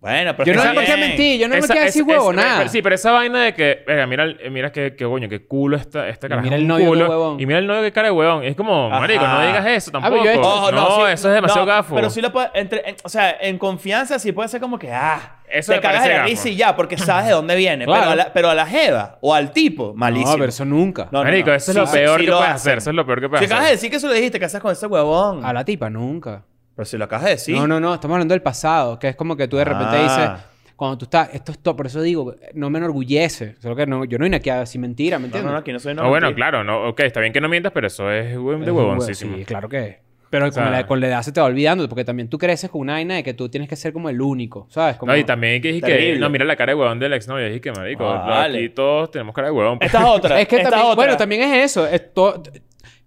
S4: Bueno, pero
S3: Yo no
S4: está
S3: sé por qué
S4: bien.
S3: mentí, yo no me
S2: Esa-
S3: quedé
S2: es-
S3: así
S2: es-
S3: huevo,
S2: pero-
S3: nada.
S2: pero sí, pero esa vaina de que, verga, mira, el- eh, mira qué, qué coño, qué culo está este carajo.
S3: mira
S2: es
S3: el
S2: un
S3: novio, qué
S2: culo.
S3: huevón. Ah,
S2: Y mira el novio que cara de huevón. Es como,
S4: Ajá.
S2: marico, no digas eso
S3: pero
S2: tampoco.
S3: yo he hecho-
S4: Ojo,
S2: no,
S4: sí,
S2: eso es demasiado
S4: no,
S2: gafo.
S4: Pero sí lo puede, entre, en- o sea, en confianza sí puede ser como que, ah,
S2: Eso
S4: te
S2: me
S4: cagas
S2: parece
S4: de la
S2: gafo.
S4: risa y ya, porque sabes de dónde viene. Pero,
S3: Claro.
S4: a la, pero a la jeva o al tipo, malísimo.
S3: No, pero eso nunca.
S4: No, no,
S2: marico,
S4: no.
S2: eso
S4: Sí,
S2: es lo
S4: sí,
S2: peor
S4: sí
S2: que
S4: lo
S2: puedes
S4: hacen.
S2: hacer. Eso es lo peor que
S4: Si
S2: puedes
S4: acabas de
S2: hacer.
S4: decir que eso lo dijiste, casas con ese huevón.
S3: A la tipa, nunca.
S4: Pero si lo acabas de decir.
S3: No, no, no. Estamos hablando del pasado, que es como que tú de repente
S4: Ah.
S3: dices, cuando tú estás, esto es todo. Por eso digo, no me enorgullece. Solo que no, yo no vine aquí a decir mentira, ¿me
S4: No,
S3: entiendes?
S4: no, no, aquí no soy
S2: No, Ah, bueno,
S4: mentira.
S2: claro, no, ok, está bien que no mientas, pero eso es hue-
S3: Es
S2: de
S3: un huevo,
S2: huevoncísimo.
S3: Sí, claro que es. Pero con,
S2: sea-
S3: la, con la edad se te va olvidando, porque también tú creces con una vaina de que tú tienes que ser como el único, ¿sabes? Como, Ah,
S2: No, y también que dije que,
S4: Terrible.
S2: no, mira la cara de huevón del exnovio. Dije que, marico,
S4: Vale.
S2: aquí todos tenemos cara de huevón. pues.
S3: *laughs*
S4: Esta es otra.
S3: Es que
S4: esta es
S3: también,
S4: otra.
S3: bueno, también es eso. es to-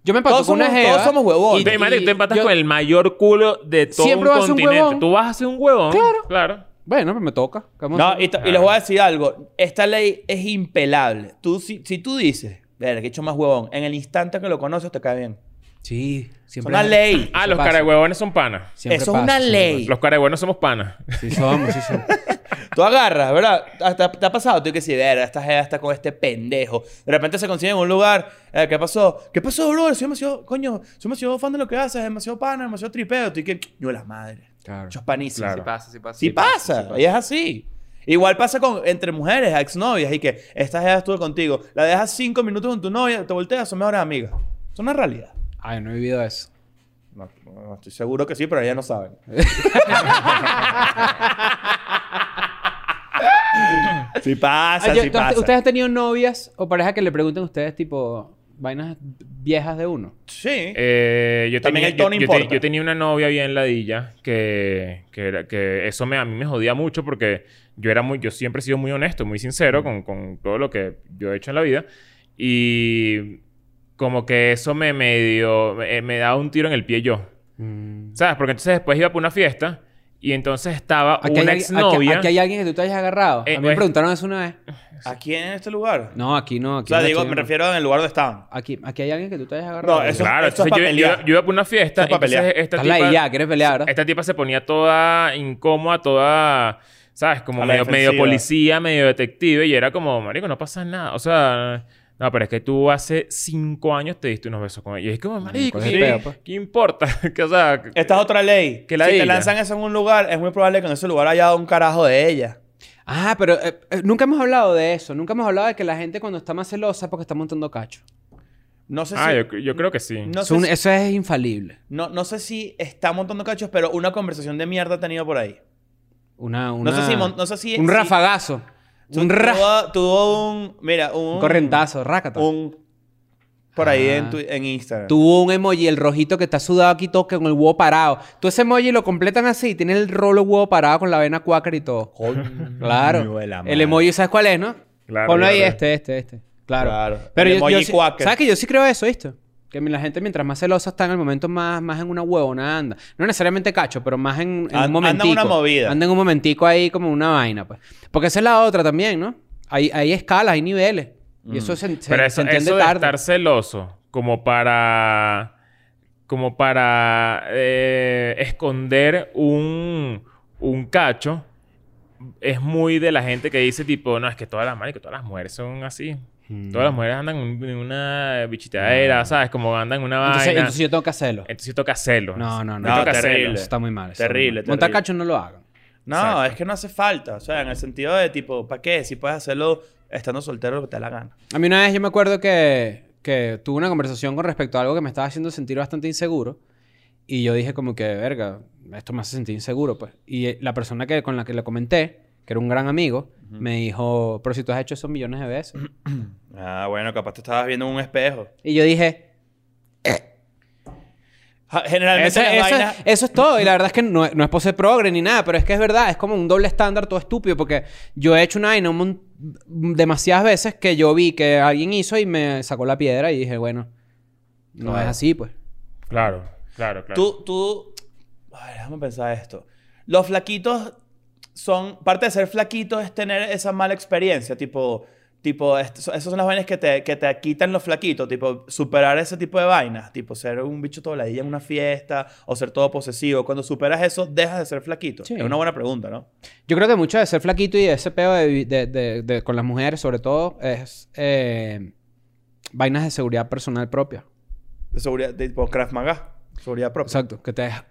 S3: yo me empato
S4: Todos
S3: con una
S4: somos-
S3: jeva.
S4: todos somos huevones.
S2: Ve, marico, tú empatas
S3: yo-
S2: con el mayor culo de todo
S3: Siempre
S2: un
S3: vas a ser un
S2: continente.
S3: huevón.
S2: Tú vas a ser un huevón.
S3: Claro.
S2: Claro.
S3: Bueno, pero me toca. ¿Cómo
S4: No,
S3: se-
S4: y, t- y les
S2: Ah.
S4: voy a decir algo. Esta ley es impelable. Tú, si, si tú dices, ver, que hecho más huevón, en el instante que lo conoces te cae bien.
S3: Sí,
S4: Es
S3: siempre.
S4: una ley.
S2: Ah,
S3: Eso
S2: los
S3: pasa.
S2: carahuevones son panas.
S3: siempre
S4: Eso es
S3: pasa,
S4: una
S3: siempre
S4: ley.
S2: Los carahuevones somos panas.
S3: pasa. Sí, somos, sí, somos.
S4: Tú agarras, ¿verdad? Ah, ¿Te, te ha pasado? Tú que si, ver, esta jeva está con este pendejo. De repente se consiguen en un lugar. eh, ¿Qué pasó? ¿Qué pasó, bro? Soy demasiado, coño, soy demasiado fan de lo que haces. Demasiado pana, demasiado tripeo. Tú y que, yo la madre.
S3: Claro.
S4: Yo es panísimo.
S5: Sí pasa, sí pasa.
S4: Sí, pasa, y es así. Igual pasa con entre mujeres, exnovias, y que esta jeva estuve contigo, la dejas cinco minutos con tu novia, te volteas, son mejores amigas. Es una realidad.
S3: Ay, no he vivido eso.
S4: No, no, estoy seguro que sí, pero ellas no
S3: *laughs*
S4: saben. sí pasa,
S3: Ah, yo-
S4: sí
S3: ¿tú has-
S4: pasa.
S3: ¿Ustedes han tenido novias o parejas que le pregunten a ustedes, tipo, vainas viejas de uno?
S4: Sí.
S2: Eh, yo
S4: También
S2: tenía,
S4: el tono
S2: yo- yo
S4: importa.
S2: te- yo tenía una novia bien ladilla que, que, era- que eso me, a mí me jodía mucho porque yo era muy, yo siempre he sido muy honesto, muy sincero
S4: Mm.
S2: con, con todo lo que yo he hecho en la vida. Y como que eso me medio, me, eh, me daba un tiro en el pie yo.
S4: Mm.
S2: ¿Sabes? Porque entonces después iba para una fiesta y entonces estaba
S3: Aquí hay,
S2: una
S3: alguien- aquí,
S2: exnovia.
S3: aquí hay alguien que tú te hayas agarrado.
S2: Eh,
S3: a mí me
S4: pues-
S2: es-
S3: preguntaron eso una vez.
S4: *laughs* ¿Aquí en este lugar?
S3: No, aquí no.
S4: o
S3: Aquí
S4: sea,
S3: no,
S4: digo,
S3: aquí
S4: me
S3: no.
S4: refiero en el lugar donde estaban.
S3: Aquí, aquí hay alguien que tú te hayas agarrado.
S4: No, este eso-
S2: Claro,
S4: es pa'
S2: entonces yo,
S4: pelear.
S2: yo- yo iba para una fiesta.
S4: Eso es pa'
S2: entonces
S4: pelear.
S2: esta
S3: Estás la
S2: tipa-
S3: ya, quieres pelear.
S4: Este-
S3: ¿verdad?
S2: Esta tipa se ponía toda incómoda, toda, ¿sabes? Como
S4: A la
S2: medio, medio
S4: defensiva.
S2: policía, medio detective. Y era como, marico, no pasa nada. O sea, no, pero es que tú hace cinco años te diste unos besos con ella. Y es como, marico,
S3: ¿cuál
S2: ¿qué,
S3: es el peo, pues?
S2: qué importa? *laughs* que, o sea,
S4: Esta es otra ley.
S2: Que la
S4: si te
S2: diga.
S4: lanzan eso en un lugar, es muy probable que en ese lugar haya un carajo de ella.
S3: Ah, pero eh, eh, nunca hemos hablado de eso. Nunca hemos hablado de que la gente cuando está más celosa es porque está montando cacho.
S4: No sé
S2: ah,
S4: si...
S2: yo, yo creo que sí.
S4: no
S3: Es
S4: sé
S3: un-
S4: si-
S3: Eso es infalible.
S4: No, no sé si está montando cachos, pero una conversación de mierda ha tenido por ahí.
S3: Una,
S4: No sé
S3: una-
S4: si mon- no sé si-
S3: un
S4: si-
S3: rafagazo.
S4: Tu-
S3: un, ra-
S4: tuvo, tuvo un. Mira, un.
S3: un correntazo, rácata.
S4: Un. Por ahí
S3: Ah.
S4: en, tu- en Instagram.
S3: Tuvo un emoji, el rojito que está sudado aquí todo que con el huevo parado. Tú ese emoji lo completan así, y tiene el rolo huevo parado con la vena cuáquer y todo.
S4: Coño
S3: Claro.
S4: de la madre.
S3: El emoji, ¿sabes cuál es, no?
S2: Claro,
S3: Ponlo ahí
S2: claro.
S3: este, este, este. Claro.
S4: Claro.
S3: Pero
S4: El
S3: yo,
S4: emoji
S3: yo sí-
S4: quacker.
S3: ¿Sabes que yo sí creo eso, viste? Que la gente mientras más celosa está en el momento más, más en una huevona anda. No necesariamente cacho, pero más en, en
S4: An- anda
S3: un
S4: en
S3: momentico.
S4: una movida.
S3: Anda en un momentico ahí como una vaina, pues. Porque esa es la otra también, ¿no? Hay, hay escalas, hay niveles. Y eso se, se-
S2: Mm. Pero
S3: se
S2: eso,
S3: entiende
S2: eso de
S3: tarde.
S2: estar celoso como para... Como para eh, esconder un, un cacho es muy de la gente que dice tipo... No, es que todas las marico, todas las mujeres son así. Todas
S3: Mm.
S2: las mujeres andan en un- en una bichitadera, ¿sabes? Como andan en una vaina.
S3: Entonces, entonces
S2: Entonces,
S3: yo tengo que hacerlo.
S2: toca hacerlo.
S3: No, no, no.
S2: Yo
S4: No,
S2: toca
S4: terrible.
S3: Eso está muy mal. eso
S4: Terrible,
S3: está muy mal. Montar
S4: terrible.
S3: cacho no lo hagan.
S4: *laughs* No,
S2: Exacto.
S4: es que no hace falta. O sea, en el sentido de tipo, ¿para qué? Si puedes hacerlo estando soltero, lo que te da la gana.
S3: A mí una vez yo me acuerdo que, que tuve una conversación con respecto a algo que me estaba haciendo sentir bastante inseguro. Y yo dije como que, verga, esto me hace sentir inseguro, pues. Y eh, la persona que, con la que le comenté, que era un gran amigo, me dijo, pero si tú has hecho eso millones de veces.
S4: Ah, bueno, capaz te estabas viendo en un espejo.
S3: y yo dije,
S4: Ja, Generalmente
S3: Eso,
S4: las
S3: eso-
S4: vainas-
S3: eso es todo. Y la verdad es que no, no es pose progre ni nada, pero es que es verdad, es como un doble estándar todo estúpido, porque yo he hecho una vaina un mon- demasiadas veces que yo vi que alguien hizo y me sacó la piedra y dije, bueno, no
S4: Claro.
S3: es así, pues.
S2: Claro, claro, claro.
S4: Tú, tú... A ver, déjame pensar esto. Los flaquitos son... Parte de ser flaquito es tener esa mala experiencia. Tipo, tipo est- so- esas son las vainas que te, que te quitan los flaquitos. Tipo, superar ese tipo de vainas. Tipo, ser un bicho todo ladilla en una fiesta o ser todo posesivo. Cuando superas eso, dejas de ser flaquito.
S3: Sí.
S4: Es una buena pregunta, ¿no?
S3: Yo creo que mucho de ser flaquito y de ese peo de vi- de- de- de- con las mujeres, sobre todo, es eh, vainas de seguridad personal propia.
S4: De seguridad, tipo, Krav Maga. Seguridad propia.
S3: Exacto, que te deja-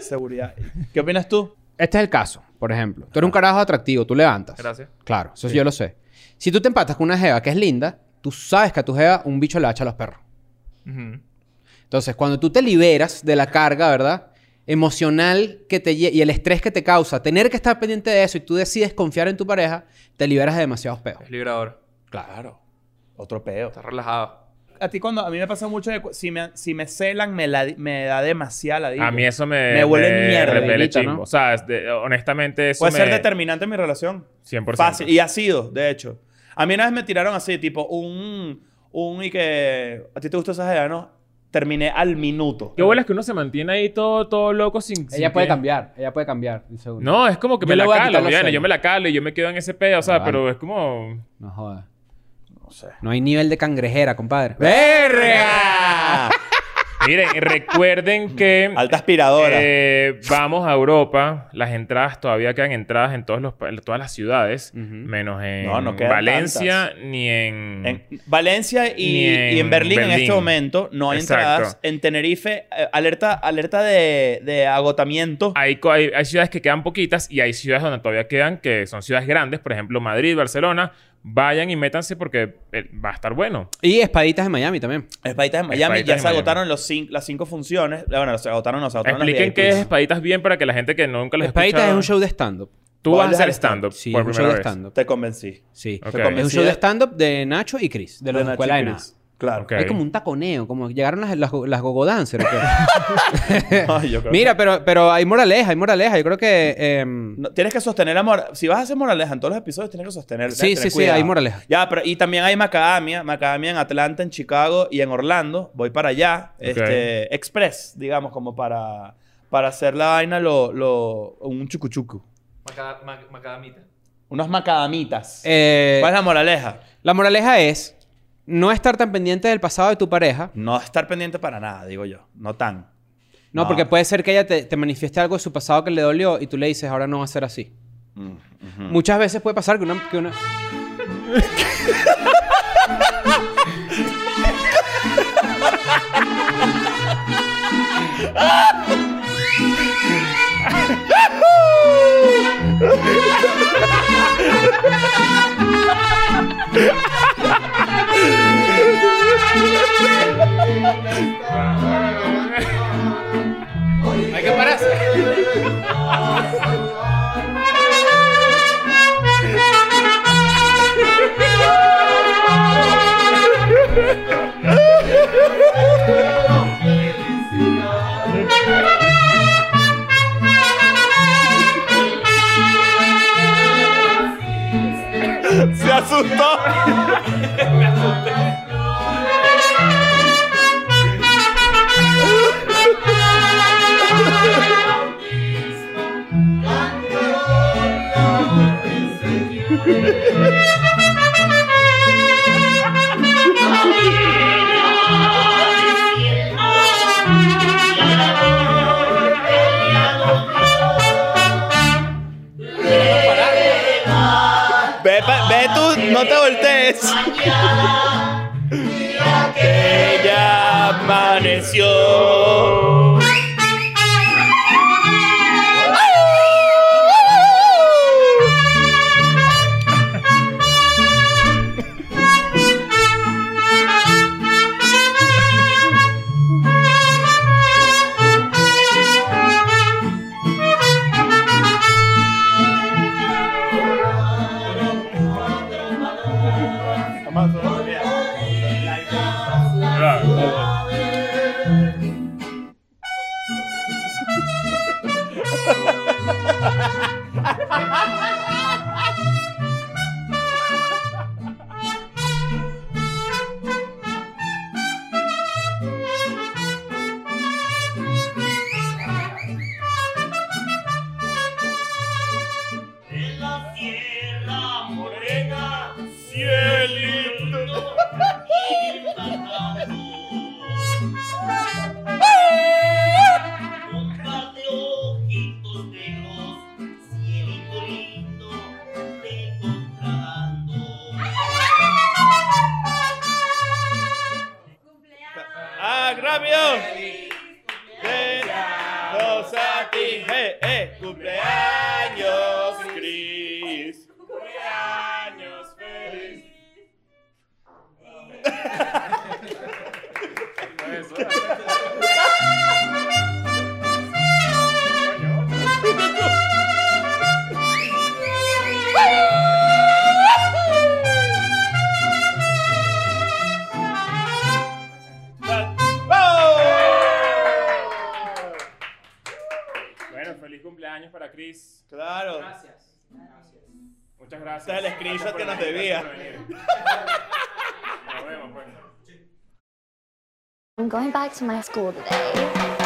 S4: Seguridad. ¿Qué opinas tú?
S3: Este es el caso, por ejemplo. Tú eres un carajo atractivo, tú levantas.
S5: Gracias.
S3: Claro, eso yo lo sé. Si tú te empatas con una jeva que es linda, tú sabes que a tu jeva un bicho le hacha a los perros.
S5: Ujú.
S3: Entonces, cuando tú te liberas de la carga, ¿verdad? Emocional que te lle- y el estrés que te causa, tener que estar pendiente de eso y tú decides confiar en tu pareja, te liberas de demasiados peos.
S5: Es liberador.
S4: Claro. Otro peo.
S5: Está relajado.
S4: A ti cuando... A mí me pasa mucho que cu- si me, si me celan, me, la- me da demasiada ladilla.
S2: A mí eso me...
S4: Me huele mierda,
S2: repele
S3: Benito,
S2: chimbo.
S3: ¿no?
S2: O sea, es de- honestamente eso
S4: Puede
S2: me...
S4: ser determinante en mi relación.
S2: 100%.
S4: Fácil. Y ha sido, de hecho. A mí una vez me tiraron así, tipo, un... Un y que... ¿A ti te gustó esa idea, no? Terminé al minuto.
S2: Qué bueno es que uno se mantiene ahí todo, todo loco sin... sin
S3: Ella puede
S2: que-
S3: cambiar, ella puede cambiar. de seguro.
S2: No, es como que
S3: Yo
S2: me
S3: le
S2: la
S3: voy a quitar
S2: calo,
S3: los
S2: Diana, Yo
S3: sueños.
S2: me la calo y yo me quedo en ese pedo, o sea,
S3: vale.
S2: pero es como...
S3: No jodas. No hay nivel de cangrejera, compadre.
S2: ¡Verga! Miren,
S3: *laughs*
S2: recuerden que...
S4: *laughs* Alta aspiradora.
S2: eh, vamos a Europa. Las entradas todavía quedan entradas en, todos los, pa- en todas las ciudades.
S3: Ujú.
S2: Menos en
S4: No, no quedan
S2: Valencia
S4: tantas.
S2: ni en...
S4: En Valencia y
S2: Mm. Ni
S4: y en,
S2: en
S4: Berlín, en
S2: Berlín.
S4: este momento no hay
S2: Exacto.
S4: entradas. En Tenerife, eh, alerta, alerta de, de agotamiento.
S2: Hay, co- hay- hay ciudades que quedan poquitas y hay ciudades donde todavía quedan que son ciudades grandes. Por ejemplo, Madrid, Barcelona. Vayan y métanse porque eh, va a estar bueno.
S3: Y espaditas en Miami también.
S4: Espaditas en Miami
S2: Espaditas
S4: ya
S2: en
S4: se
S2: Miami.
S4: agotaron los cin- las cinco funciones. Eh, Bueno, se agotaron, no se agotaron las
S2: Expliquen qué es
S4: VIPs.
S2: Espaditas bien para que la gente que nunca lo ha
S3: Espaditas es
S2: escuchado...
S3: un show de stand-up.
S2: Tú vas a
S4: Vale,
S2: hacer
S4: al
S2: stand-up
S3: Sí,
S2: por
S3: es un show
S2: primera
S3: de
S2: vez.
S3: stand-up.
S4: Te convencí.
S3: Sí.
S2: Ok.
S3: Es un show de stand-up de Nacho y Chris, de la
S4: Nacho
S3: escuela de
S4: y
S3: nada.
S4: Chris. *laughs* Claro.
S2: Ok.
S3: Hay como un taconeo, como llegaron las, las, las gogo dancer. ¿o qué?
S4: Ay,
S3: *laughs*
S4: yo creo
S3: Mira, pero, pero hay moraleja, hay moraleja. Yo creo que. em,
S4: No, tienes que sostener amor. Si vas a hacer moraleja en todos los episodios, tienes que sostener. tienes
S3: Sí,
S4: que tener
S3: sí, sí,
S4: cuidado.
S3: hay moraleja.
S4: Ya, pero y también hay Macadamia, Macadamia en Atlanta, en Chicago y en Orlando. Voy para allá, este, express, digamos, como para, para hacer la vaina lo, lo, un chucuchucu.
S5: Macada- ma- macadamita.
S4: Unas macadamitas.
S3: eh,
S4: ¿Cuál es la moraleja?
S3: La moraleja es no estar tan pendiente del pasado de tu pareja.
S4: No estar pendiente para nada, digo yo. No tan.
S3: No,
S4: No.
S3: porque puede ser que ella te, te manifieste algo de su pasado que le dolió y tú le dices, ahora no va a ser así. Muchas veces puede pasar que una. Que una... Hay que pararse.
S4: ¡Se asustó! Jesús, no te voltees. que *laughs* ya amaneció. ¡Agravio! De los a ti. ¡Eh, eh! ¡Cumpleaños, Cris! ¡Cumpleaños feliz! ¡Vamos!
S2: Bueno, feliz cumpleaños para Chris.
S4: Claro.
S2: Muchas gracias.
S4: Está el
S2: Gracias
S4: screenshot
S2: por
S4: que nos
S2: venir,
S4: debía.
S2: gracias por venir. Nos vemos, pues.
S1: I'm going back to my school today.